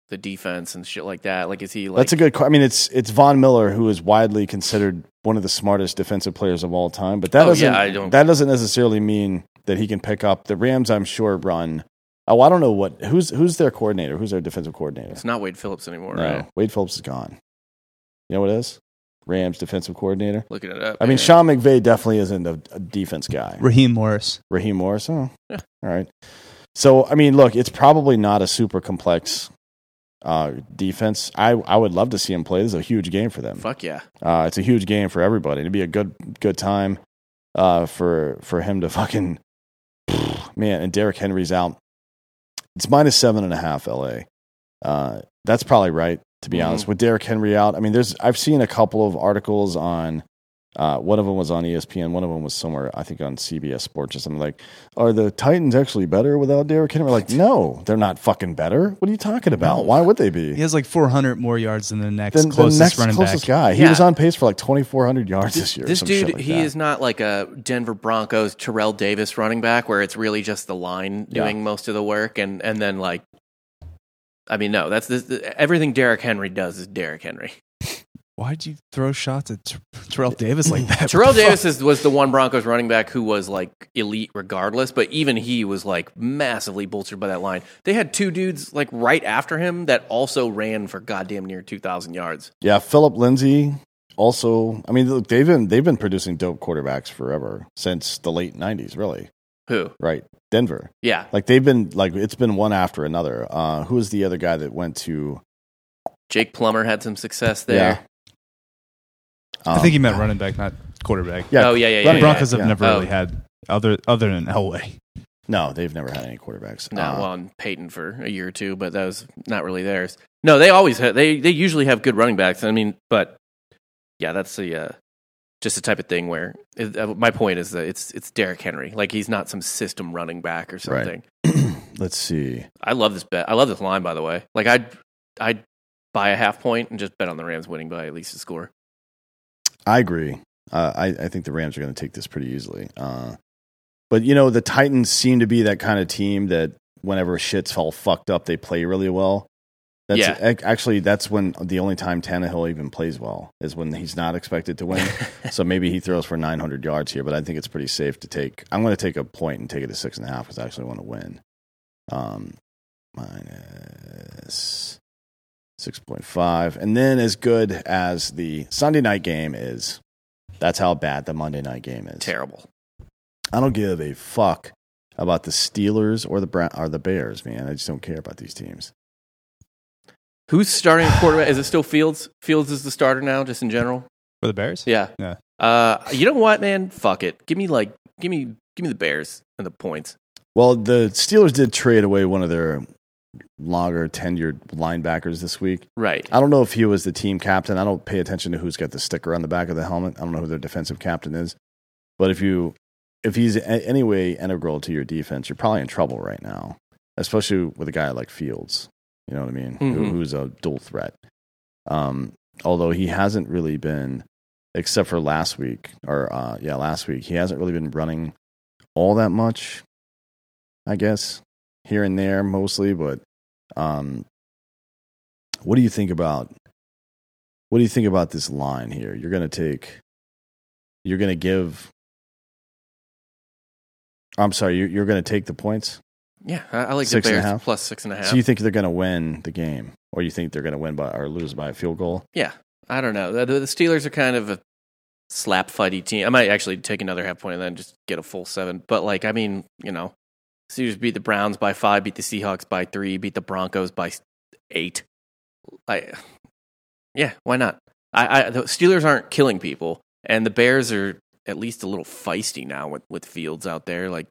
the defense and shit like that. Like, is he like? That's a good. que- I mean, it's it's Von Miller who is widely considered one of the smartest defensive players of all time. But that Oh, yeah, doesn't I don't- that doesn't necessarily mean that he can pick up the Rams. I'm sure run. Oh, I don't know what who's who's their coordinator. Who's their defensive coordinator? It's not Wade Phillips anymore. no, Right? Wade Phillips is gone. You know what it is? Rams defensive coordinator. Looking it up. I mean, man. Sean McVay definitely isn't a, a defense guy. Raheem Morris. Raheem Morris. Oh, Yeah. all right. So, I mean, look, it's probably not a super complex uh, defense. I, I would love to see him play. This is a huge game for them. Fuck yeah. Uh, it's a huge game for everybody. It'd be a good good time uh, for for him to fucking man. And Derrick Henry's out. It's minus seven and a half. L.A. Uh, that's probably right to be Mhm. honest. With Derrick Henry out, I mean, there's I've seen a couple of articles on. Uh, one of them was on ESPN. One of them was somewhere I think on CBS Sports or something. Like, are the Titans actually better without Derrick Henry? Like, no, they're not fucking better. What are you talking about? No. Why would they be? He has like 400 more yards than the next Then closest the next running closest back. guy. He Yeah. was on pace for like 2,400 yards this, year. or This some shit dude, like he that. is not like a Denver Broncos Terrell Davis running back, where it's really just the line Yeah. doing most of the work, and and then like, I mean, no, that's this, everything Derrick Henry does is Derrick Henry. Why'd you throw shots at Ter- Terrell Davis like that? Terrell What the Davis fuck? is, was the one Broncos running back who was like elite regardless, but even he was like massively bolstered by that line. They had two dudes like right after him that also ran for goddamn near two thousand yards. Yeah, Philip Lindsay. Also, I mean, look, they've been they've been producing dope quarterbacks forever since the late 90s, really. Who? Right, Denver. Yeah, Like they've been like it's been one after another. Uh, who was the other guy that went to? Jake Plummer had some success there. Yeah. I think he Um, meant running back, not quarterback. Yeah, Oh yeah, yeah, yeah. The yeah, running back, Broncos have yeah. never Oh. really had other other than Elway. No, they've never had any quarterbacks. No, Uh, well, and Peyton for a year or two, but that was not really theirs. No, they always ha they they usually have good running backs. I mean, but yeah, that's the uh, just the type of thing where it, uh, my point is that it's it's Derrick Henry, like he's not some system running back or Right. something. let's see. I love this bet. I love this line by the way. Like I'd I'd buy a half point and just bet on the Rams winning by at least a score. I agree. Uh, I, I think the Rams are going to take this pretty easily. Uh, but you know, the Titans seem to be that kind of team that whenever shit's all fucked up, they play really well. That's ac- actually that's when the only time Tannehill even plays well is when he's not expected to win. so maybe he throws for 900 yards here, but I think it's pretty safe to take. I'm going to take a point and take it to six and a half because I actually want to win. Um, minus six point five, and then as good as the Sunday night game is. That's how bad the Monday night game is. Terrible. I don't give a fuck about the Steelers or the Brown or the Bears, man. I just don't care about these teams. Who's starting quarterback? Is it still Fields? Fields is the starter now, just in general. For the Bears? Yeah. Yeah. Uh, you know what, man? Fuck it. Give me like, give me, give me the Bears and the points. Well, the Steelers did trade away one of their longer tenured linebackers this week. Right. I don't know if he was the team captain. I don't pay attention to who's got the sticker on the back of the helmet. I don't know who their defensive captain is. But if you if he's a- any way integral to your defense, you're probably in trouble right now, especially with a guy like Fields. You know what I mean? Who, Mhm. who's a dual threat. Um, although he hasn't really been, except for last week or uh, yeah, last week, he hasn't really been running all that much. I guess here and there mostly, but um, what do you think about what do you think about this line here? You're going to take you're going to give I'm sorry, you're, you're going to take the points. Yeah, I, I like Six the and a Bears half? plus six and a half. So you think they're going to win the game or you think they're going to win by or lose by a field goal? yeah, I don't know. The, the Steelers are kind of a slap fighty team. I might actually take another half point and then just get a full seven. But like, I mean, you know, Steelers beat the Browns by five, beat the Seahawks by three, beat the Broncos by s- eight. I, yeah, why not? I, I the Steelers aren't killing people, and the Bears are at least a little feisty now with with Fields out there. Like,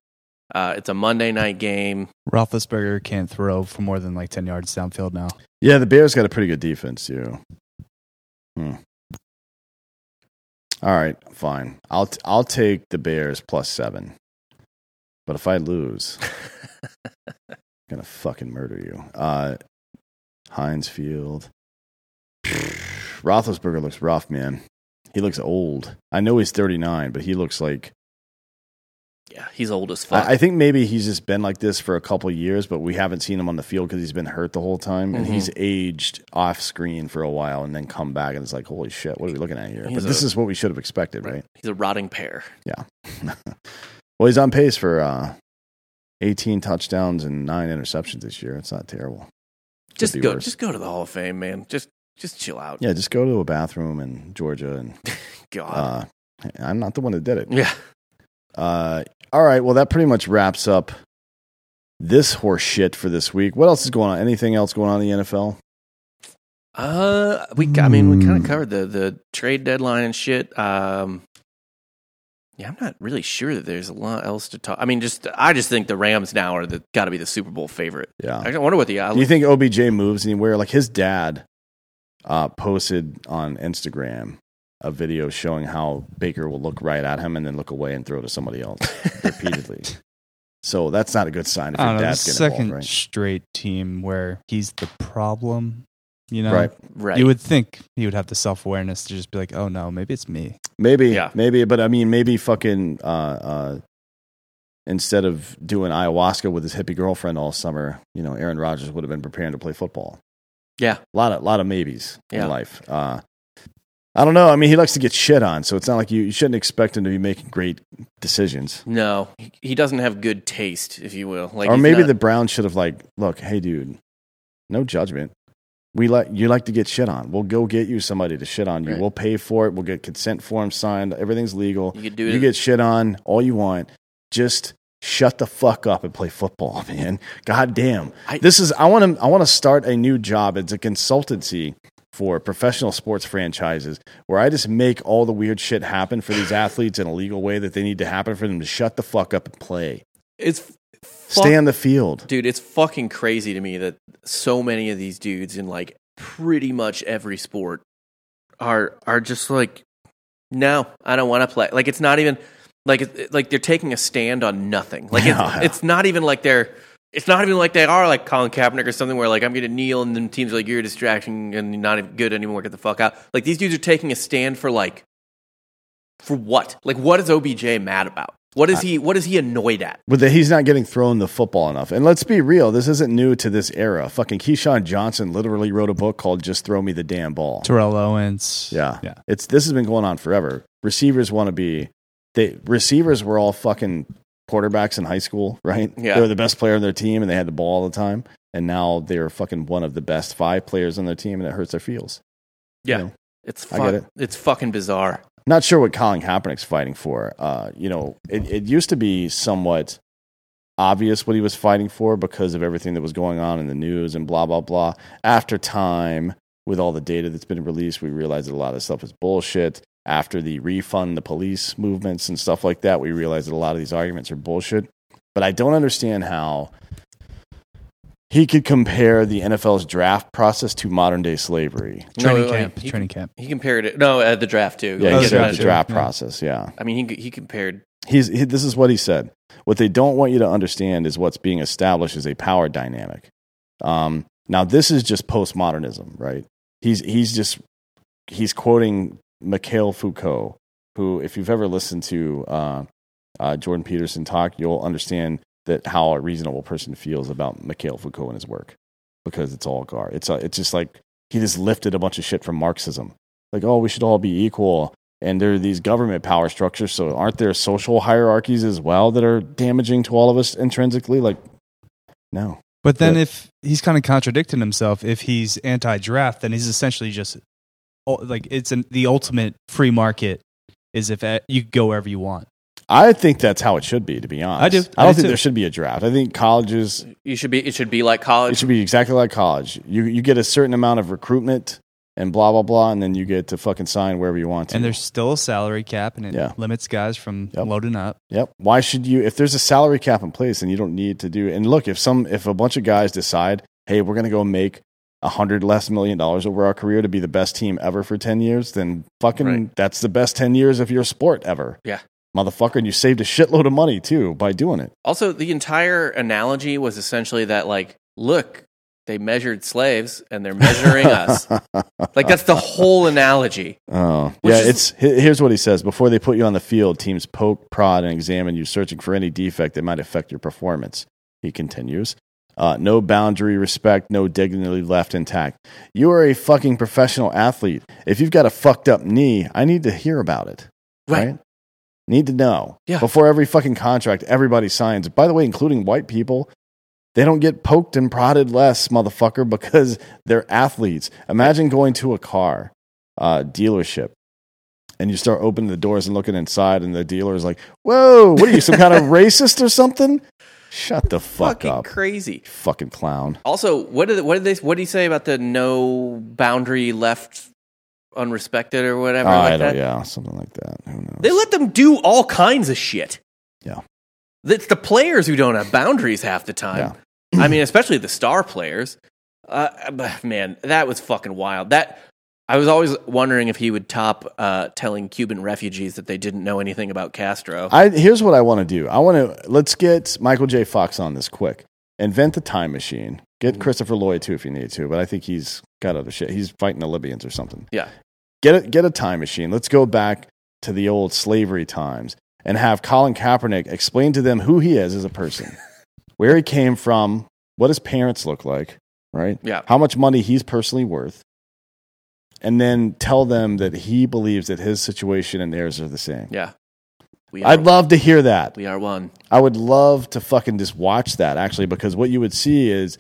uh, it's a Monday night game. Roethlisberger can't throw for more than like ten yards downfield now. Yeah, the Bears got a pretty good defense, too. Hmm. All right, fine. I'll t- I'll take the Bears plus 7. But if I lose, gonna fucking murder you. Uh, Heinz Field. Roethlisberger looks rough, man. He looks old. I know he's 39, but he looks like. Yeah, he's old as fuck. I, I think maybe he's just been like this for a couple years, but we haven't seen him on the field because he's been hurt the whole time, and Mhm. he's aged off screen for a while, and then come back, and it's like, holy shit, what are we looking at here? He's but this a- is what we should have expected, right? He's a rotting pear. Well, he's on pace for uh, 18 touchdowns and nine interceptions this year. It's not terrible. Could Just be go, worse. just go to the Hall of Fame, man. Just, just chill out. Yeah, just go to a bathroom in Georgia and God. uh, I'm not the one that did it. yeah. Uh, all right. Well, that pretty much wraps up this horse shit for this week. What else is going on? Anything else going on in the NFL? Uh, we. I mean, we mm. kind Hmm. of covered the the trade deadline and shit. Um, yeah, I'm not really sure that there's a lot else to talk. I mean, just I just think the Rams now are the got to be the Super Bowl favorite. Yeah. I wonder what the Do Uh, you think OBJ moves anywhere? Like his dad uh, posted on Instagram a video showing how Baker will look right at him and then look away and throw to somebody else repeatedly. So that's not a good sign if I your don't know. dad's this is getting Second involved, right? straight team where he's the problem. You know, Right. right? You would think he would have the self awareness to just be like, "Oh no, maybe it's me." Maybe, Yeah. maybe, but I mean, maybe fucking uh, uh, instead of doing ayahuasca with his hippie girlfriend all summer, you know, Aaron Rodgers would have been preparing to play football. yeah, A lot of, lot of maybes Yeah. in life. Uh, I don't know. I mean, he likes to get shit on, so it's not like you, you shouldn't expect him to be making great decisions. no, he, he doesn't have good taste, if you will. Like, or he's maybe not- the Browns should have like, look, hey, dude, no judgment. We like you like to get shit on. We'll go get you somebody to shit on you. Right. Mm-hmm. We'll pay for it. We'll get consent forms signed. Everything's legal. you could do it. You get shit on all you want. Just shut the fuck up and play football, man. God damn. I- this is I want to I want to start a new job. It's a consultancy for professional sports franchises where I just make all the weird shit happen for these athletes in a legal way that they need to happen for them to shut the fuck up and play. it's fuck- Stay on the field. dude it's fucking crazy to me that so many of these dudes in like pretty much every sport are are just like no i don't want to play like it's not even like it- like they're taking a stand on nothing like it's, Yeah. it's not even like they're it's not even like they are like Colin Kaepernick or something where like I'm gonna kneel and then teams are like you're a distraction and you're not even good anymore get the fuck out like these dudes are taking a stand for like for what like what is OBJ mad about what is he what is he annoyed at But that he's not getting thrown the football enough. And let's be real, this isn't new to this era. Fucking Keyshawn Johnson literally wrote a book called Just Throw Me the Damn Ball. Terrell Owens. Yeah. yeah. It's this has been going on forever. Receivers want to be they receivers were all fucking quarterbacks in high school, right? Yeah. They were the best player on their team and they had the ball all the time. And now they're fucking one of the best five players on their team and it hurts their feels. Yeah. You know? It's I fuck, get it. It's fucking bizarre. Not sure what Colin Kaepernick's fighting for. Uh, you know, it, it used to be somewhat obvious what he was fighting for because of everything that was going on in the news and blah blah blah. After time, with all the data that's been released, we realized that a lot of stuff was bullshit. After the refund the police movements and stuff like that, we realized that a lot of these arguments are bullshit. But I don't understand how he could compare the NFL's draft process to modern day slavery. Training wait, wait, camp. he- Training camp. He compared it. No, uh, the draft too. Yeah, Oh, He he the said draft, compared the it- draft yeah. process. Yeah, I mean, he he compared. he's he, this is what he said. What they don't want you to understand is what's being established as a power dynamic. Um, now, this is just postmodernism, right? He's he's just he's quoting Mikhail Foucault, who, if you've ever listened to uh, uh, Jordan Peterson talk, you'll understand that how a reasonable person feels about Mikhail Foucault and his work, because it's all gar. It's a, it's just like he just lifted a bunch of shit from Marxism, like oh, we should all be equal, and there are these government power structures. So aren't there social hierarchies as well that are damaging to all of us intrinsically? Like, no, But then Yeah. if he's kind of contradicting himself, if he's anti-draft, then he's essentially just oh, like it's an, the ultimate free market is if uh, you go wherever you want. I think that's how it should be. To be honest, I do. I don't I do think too. there should be a draft. I think colleges You should be. It should be like college. It should be exactly like college. You you get a certain amount of recruitment and blah blah blah, and then you get to fucking sign wherever you want to. And there's still a salary cap, and it Yeah. limits guys from Yep. loading up. yep. Why should you? If there's a salary cap in place, and you don't need to do. And look, if some if a bunch of guys decide, hey, we're gonna go make a hundred less million dollars over our career to be the best team ever for ten years, then fucking Right. that's the best ten years of your sport ever. Yeah. motherfucker, and you saved a shitload of money too by doing it. Also, the entire analogy was essentially that, like, look, they measured slaves and they're measuring us. Like, that's the whole analogy. Oh, Which yeah. is- It's he- here's what he says: Before they put you on the field, teams poke, prod, and examine you, searching for any defect that might affect your performance. He continues. Uh, no boundary respect, no dignity left intact. You are a fucking professional athlete. If you've got a fucked up knee, I need to hear about it. Right. Need to know. Yeah. Before every fucking contract, everybody signs. By the way, including white people, they don't get poked and prodded less, motherfucker, because they're athletes. Imagine going to a car uh, dealership and you start opening the doors and looking inside, and the dealer is like, Whoa, what are you, some kind of racist or something? Shut the fuck Fucking up. crazy. fucking clown. Also, what did what did they what did he say about the no boundary left unrespected or whatever? Oh, I like don't, that? yeah, something like that. Who knows? They let them do all kinds of shit. Yeah. It's the players who don't have boundaries half the time. I mean, especially the star players. Uh, but, man, that was fucking wild. That I was always wondering if he would top uh, telling Cuban refugees that they didn't know anything about Castro. I here's what I want to do. I want to let's get Michael J. Fox on this quick. Invent the time machine. Get Christopher Lloyd too if you need to, but I think he's got other shit. He's fighting the Libyans or something. Yeah. Get a, get a time machine. Let's go back to the old slavery times and have Colin Kaepernick explain to them who he is as a person, where he came from, what his parents look like, right? Yeah. How much money he's personally worth. And then tell them that he believes that his situation and theirs are the same. yeah, we are, I'd love to hear that. we are one. I would love to fucking just watch that actually, because what you would see is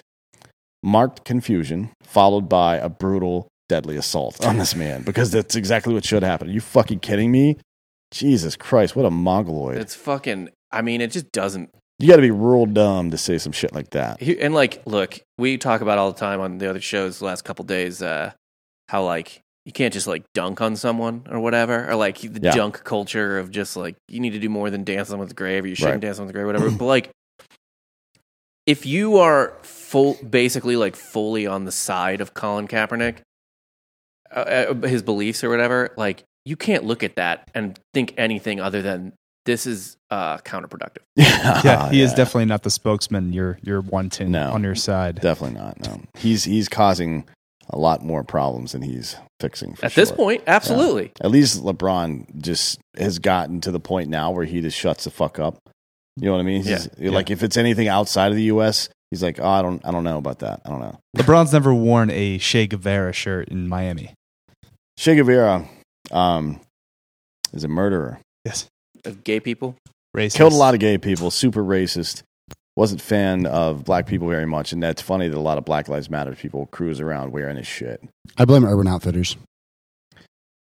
marked confusion followed by a brutal, deadly assault on this man, because that's exactly what should happen. Are you fucking kidding me? Jesus Christ, what a mongoloid. It's fucking. I mean, it just doesn't. you got to be real dumb to say some shit like that. he- And like, look, we talk about all the time on the other shows the last couple days uh, how like you can't just like dunk on someone or whatever, or like the Yeah. junk culture of just like you need to do more than dance on someone's grave or you shouldn't Right. dance on someone's grave, whatever. but like, if you are full, basically like fully on the side of Colin Kaepernick, uh, uh, his beliefs or whatever, like you can't look at that and think anything other than this is uh, counterproductive. Yeah, yeah, he is Ah, yeah, definitely not the spokesman. You're you're wanting No. on your side. definitely not. No, he's he's causing a lot more problems than he's fixing. For At this sure. point, absolutely. At least LeBron just has gotten to the point now where he just shuts the fuck up. You know what I mean? He's, Like if it's anything outside of the U.S., he's like, oh, I don't, I don't know about that. I don't know. LeBron's never worn a Che Guevara shirt in Miami. Che Guevara um, is a murderer. Yes, of gay people. racist. Killed a lot of gay people. Super racist. Wasn't fan of black people very much, and that's funny that a lot of Black Lives Matter people cruise around wearing his shit. I blame Urban Outfitters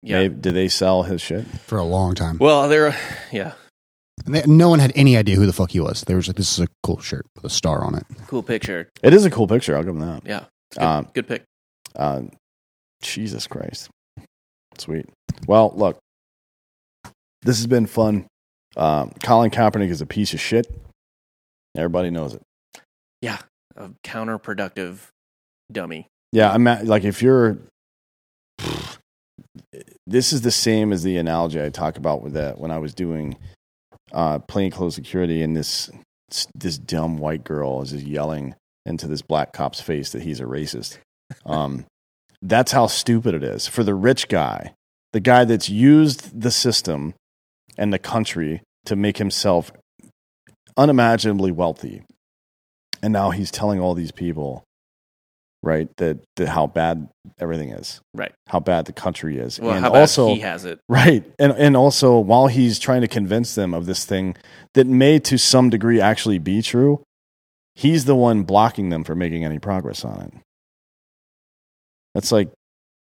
Yeah. Maybe- did they sell his shit? for a long time. Well, they're yeah, And they, no one had any idea who the fuck he was. They were just like, "This is a cool shirt with a star on it." cool picture. It is a cool picture. I'll give him that. Yeah. It's Good, Um, good pick. Uh, Jesus Christ. Sweet. Well, look, Uh, this has been fun. Um, Colin Kaepernick is a piece of shit. Everybody knows it. Yeah, a counterproductive dummy. Yeah, I'm at, like if you're. This is the same as the analogy I talk about with that when I was doing uh, plainclothes security, and this this dumb white girl is just yelling into this black cop's face that he's a racist. Um, that's how stupid it is for the rich guy, the guy that's used the system and the country to make himself unimaginably wealthy, and now he's telling all these people, right, that, that how bad everything is, Right. how bad the country is, Well, and how about also he has it? Right. And and also while he's trying to convince them of this thing that may to some degree actually be true, he's the one blocking them from making any progress on it. That's like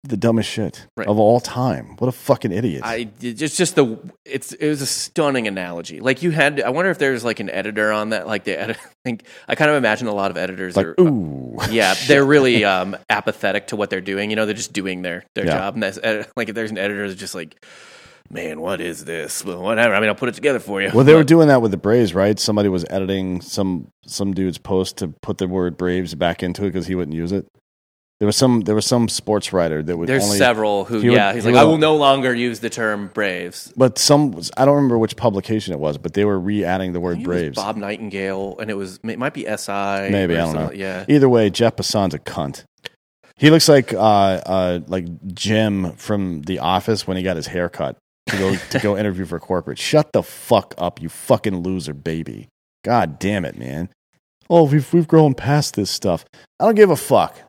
the dumbest shit Right. of all time. What a fucking idiot. I it's just the it's it was a stunning analogy. Like you had, I wonder if there's like an editor on that. Like the edit, I think I kind of imagine a lot of editors like, are ooh. yeah, they're really um, apathetic to what they're doing. You know, they're just doing their their Yeah. job. And that's edi- like if there's an editor that's just like, man, what is this? Well, whatever. I mean, I'll put it together for you. Well, they were doing that with the Braves, right? Somebody was editing some some dude's post to put the word Braves back into it because he wouldn't use it. There was some there was some sports writer that would there's only several who he would- yeah. He's he like, I would- will no longer use the term Braves. but some I don't remember which publication it was, but they were re-adding the I word think it was Braves. Bob Nightingale, and it was it might be SI. Maybe or I don't know. something. Yeah, Either way, Jeff Passan's a cunt. He looks like uh, uh, like Jim from The Office when he got his hair cut to go to go interview for corporate. Shut the fuck up, you fucking loser, baby. God damn it, man. Oh, we've we've grown past this stuff. I don't give a fuck.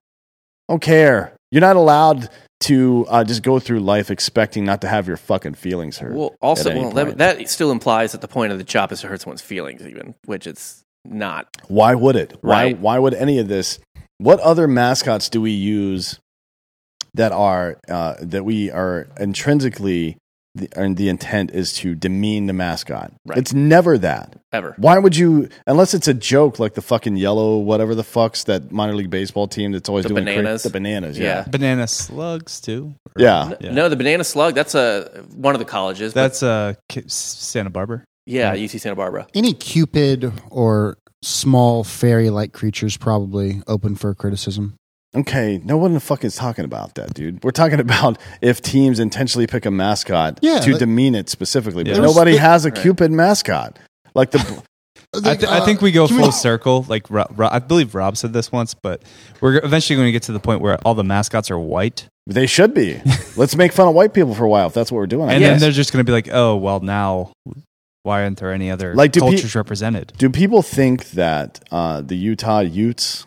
I don't care. You're not allowed to uh, just go through life expecting not to have your fucking feelings hurt. Well, also, at any well, that, point. that still implies that the point of the chop is to hurt someone's feelings, even, which it's not. Why would it? Why Right. why would any of this? What other mascots do we use that are uh, that we are intrinsically the, and the intent is to demean the mascot? Right. It's never that. Ever. Why would you? Unless it's a joke, like the fucking yellow whatever the fucks that minor league baseball team that's always The doing cra- bananas. the bananas. Yeah, Yeah. Banana slugs too. Or- yeah. N- No, the banana slug, that's a, one of the colleges. but- That's uh, K- Santa Barbara. yeah, UC Santa Barbara. Any cupid or small fairy-like creatures probably open for criticism. Okay, no one the fuck is talking about that, dude. We're talking about if teams intentionally pick a mascot Yeah, to that- demean it specifically, but Yeah. nobody There's- has a Right. Cupid mascot. Like the I, th- uh, I think we go full circle. Like Ro- Ro- I believe Rob said this once, but we're eventually going to get to the point where all the mascots are white, They should be. Let's make fun of white people for a while if that's what we're doing. I and guess. then they're just going to be like, "Oh, well, now why aren't there any other Like, do pe- cultures represented?" Do people think that uh, the Utah Utes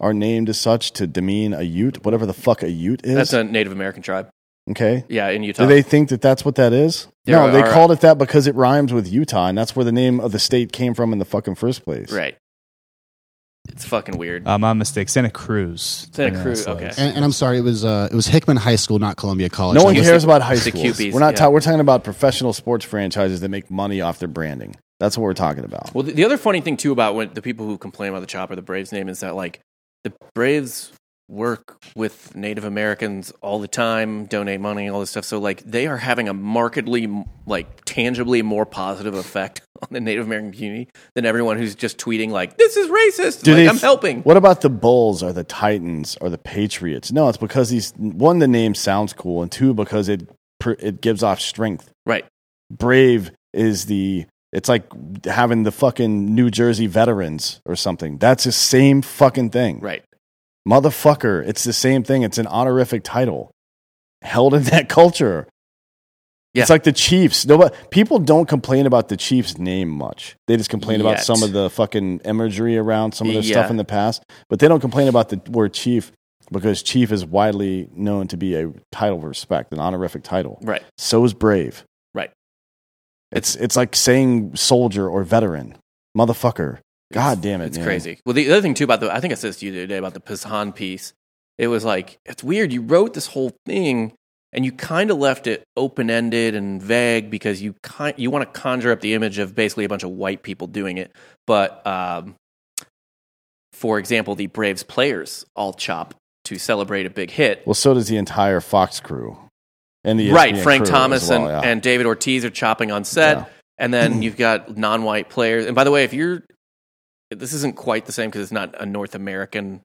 are named as such to demean a Ute, whatever the fuck a Ute is? That's a Native American tribe. okay. Yeah, in Utah. Do they think that that's what that is? There no, they are- uh, called it that because it rhymes with Utah, and that's where the name of the state came from in the fucking first place. right. It's fucking weird. Uh, my mistake. Santa Cruz. Santa Banana Cruz, slugs. okay. And, and I'm sorry, it was uh, it was Hickman High School, not Columbia College. No one That was- cares about high the schools. QBs, we're not yeah. ta- we're talking about professional sports franchises that make money off their branding. That's what we're talking about. Well, the, the other funny thing, too, about when the people who complain about the chop or the Braves name is that, like, the Braves work with Native Americans all the time, donate money, all this stuff. So, like, they are having a markedly, like, tangibly more positive effect on the Native American community than everyone who's just tweeting, like, this is racist. Do like, they- I'm helping. What about the Bulls or the Titans or the Patriots? No, it's because these one the name sounds cool, and two because it pr- it gives off strength. Right. Brave is the it's like having the fucking New Jersey veterans or something. That's the same fucking thing, Right. motherfucker. It's the same thing. It's an honorific title held in that culture. Yeah. It's like the Chiefs. Nobody, people don't complain about the Chiefs' name much. They just complain about Yet. some of the fucking imagery around some of their Yeah. stuff in the past, but they don't complain about the word chief because chief is widely known to be a title of respect, an honorific title. Right. So is brave. Right. It's it's like saying soldier or veteran, motherfucker. God damn it, It's man. crazy. Well, the other thing too about the I think I said this to you the other day about the Pisan piece. It was like it's weird. You wrote this whole thing and you kind of left it open ended and vague because you kind you want to conjure up the image of basically a bunch of white people doing it. But um, for example, the Braves players all chop to celebrate a big hit. Well, so does the entire Fox crew, and the E right, ESPN Frank crew Thomas as well, and, yeah. and David Ortiz are chopping on set, Yeah. and then you've got non-white players. And by the way, if you're this isn't quite the same because it's not a North American.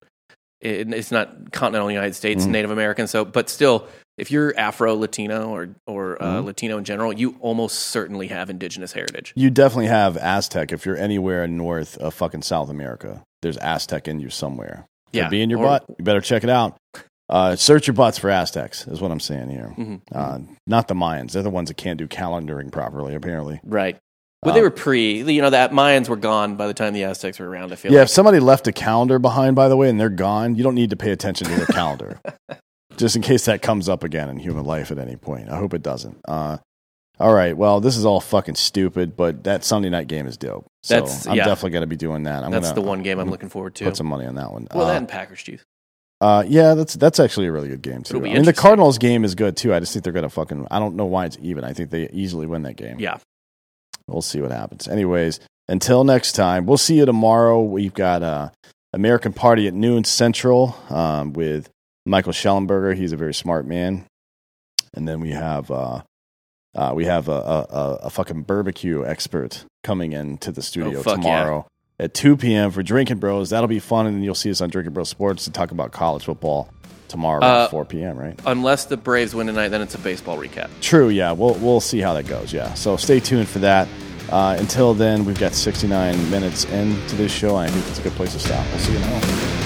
It, it's not continental United States Mhm. Native American. So, but still, if you're Afro Latino or or uh, Mhm. Latino in general, you almost certainly have indigenous heritage. You definitely have Aztec if you're anywhere north of fucking South America. There's Aztec in you somewhere. Could Yeah, be in your Or- butt. You better check it out. Uh, search your butts for Aztecs is what I'm saying here. Mhm. Uh, not the Mayans. They're the ones that can't do calendaring properly, apparently. Right. But they Um, were pre, you know, that Mayans were gone by the time the Aztecs were around. I feel yeah, like. if somebody left a calendar behind, by the way, and they're gone, you don't need to pay attention to their calendar. Just in case that comes up again in human life at any point. I hope it doesn't. Uh, all right. Well, this is all fucking stupid, but that Sunday night game is dope. So That's- I'm yeah. definitely going to be doing that. I'm that's gonna, the one game I'm looking forward to. Put some money on that one. well, Uh, that and Packers Chiefs. uh, yeah, that's that's actually a really good game It'll too. be I mean, the interesting. Cardinals game is good too. I just think they're gonna fucking. I don't know why it's even. I think they easily win that game. Yeah. we'll see what happens. Anyways, until next time, we'll see you tomorrow. We've got uh, American Party at noon Central um, with Michael Schellenberger. He's a very smart man. And then we have uh, uh, we have a, a, a- a fucking barbecue expert coming into the studio Oh, fuck tomorrow at 2 p.m. for Drinking Bros. That'll be fun, and you'll see us on Drinking Bros Sports to talk about college football tomorrow Uh, at 4 p.m. Right? Unless the Braves win tonight, then it's a baseball recap. True. Yeah, we'll we'll see how that goes. Yeah. So stay tuned for that. Uh, until then, we've got 69 minutes into this show, and I think it's a good place to stop. We'll see you in home.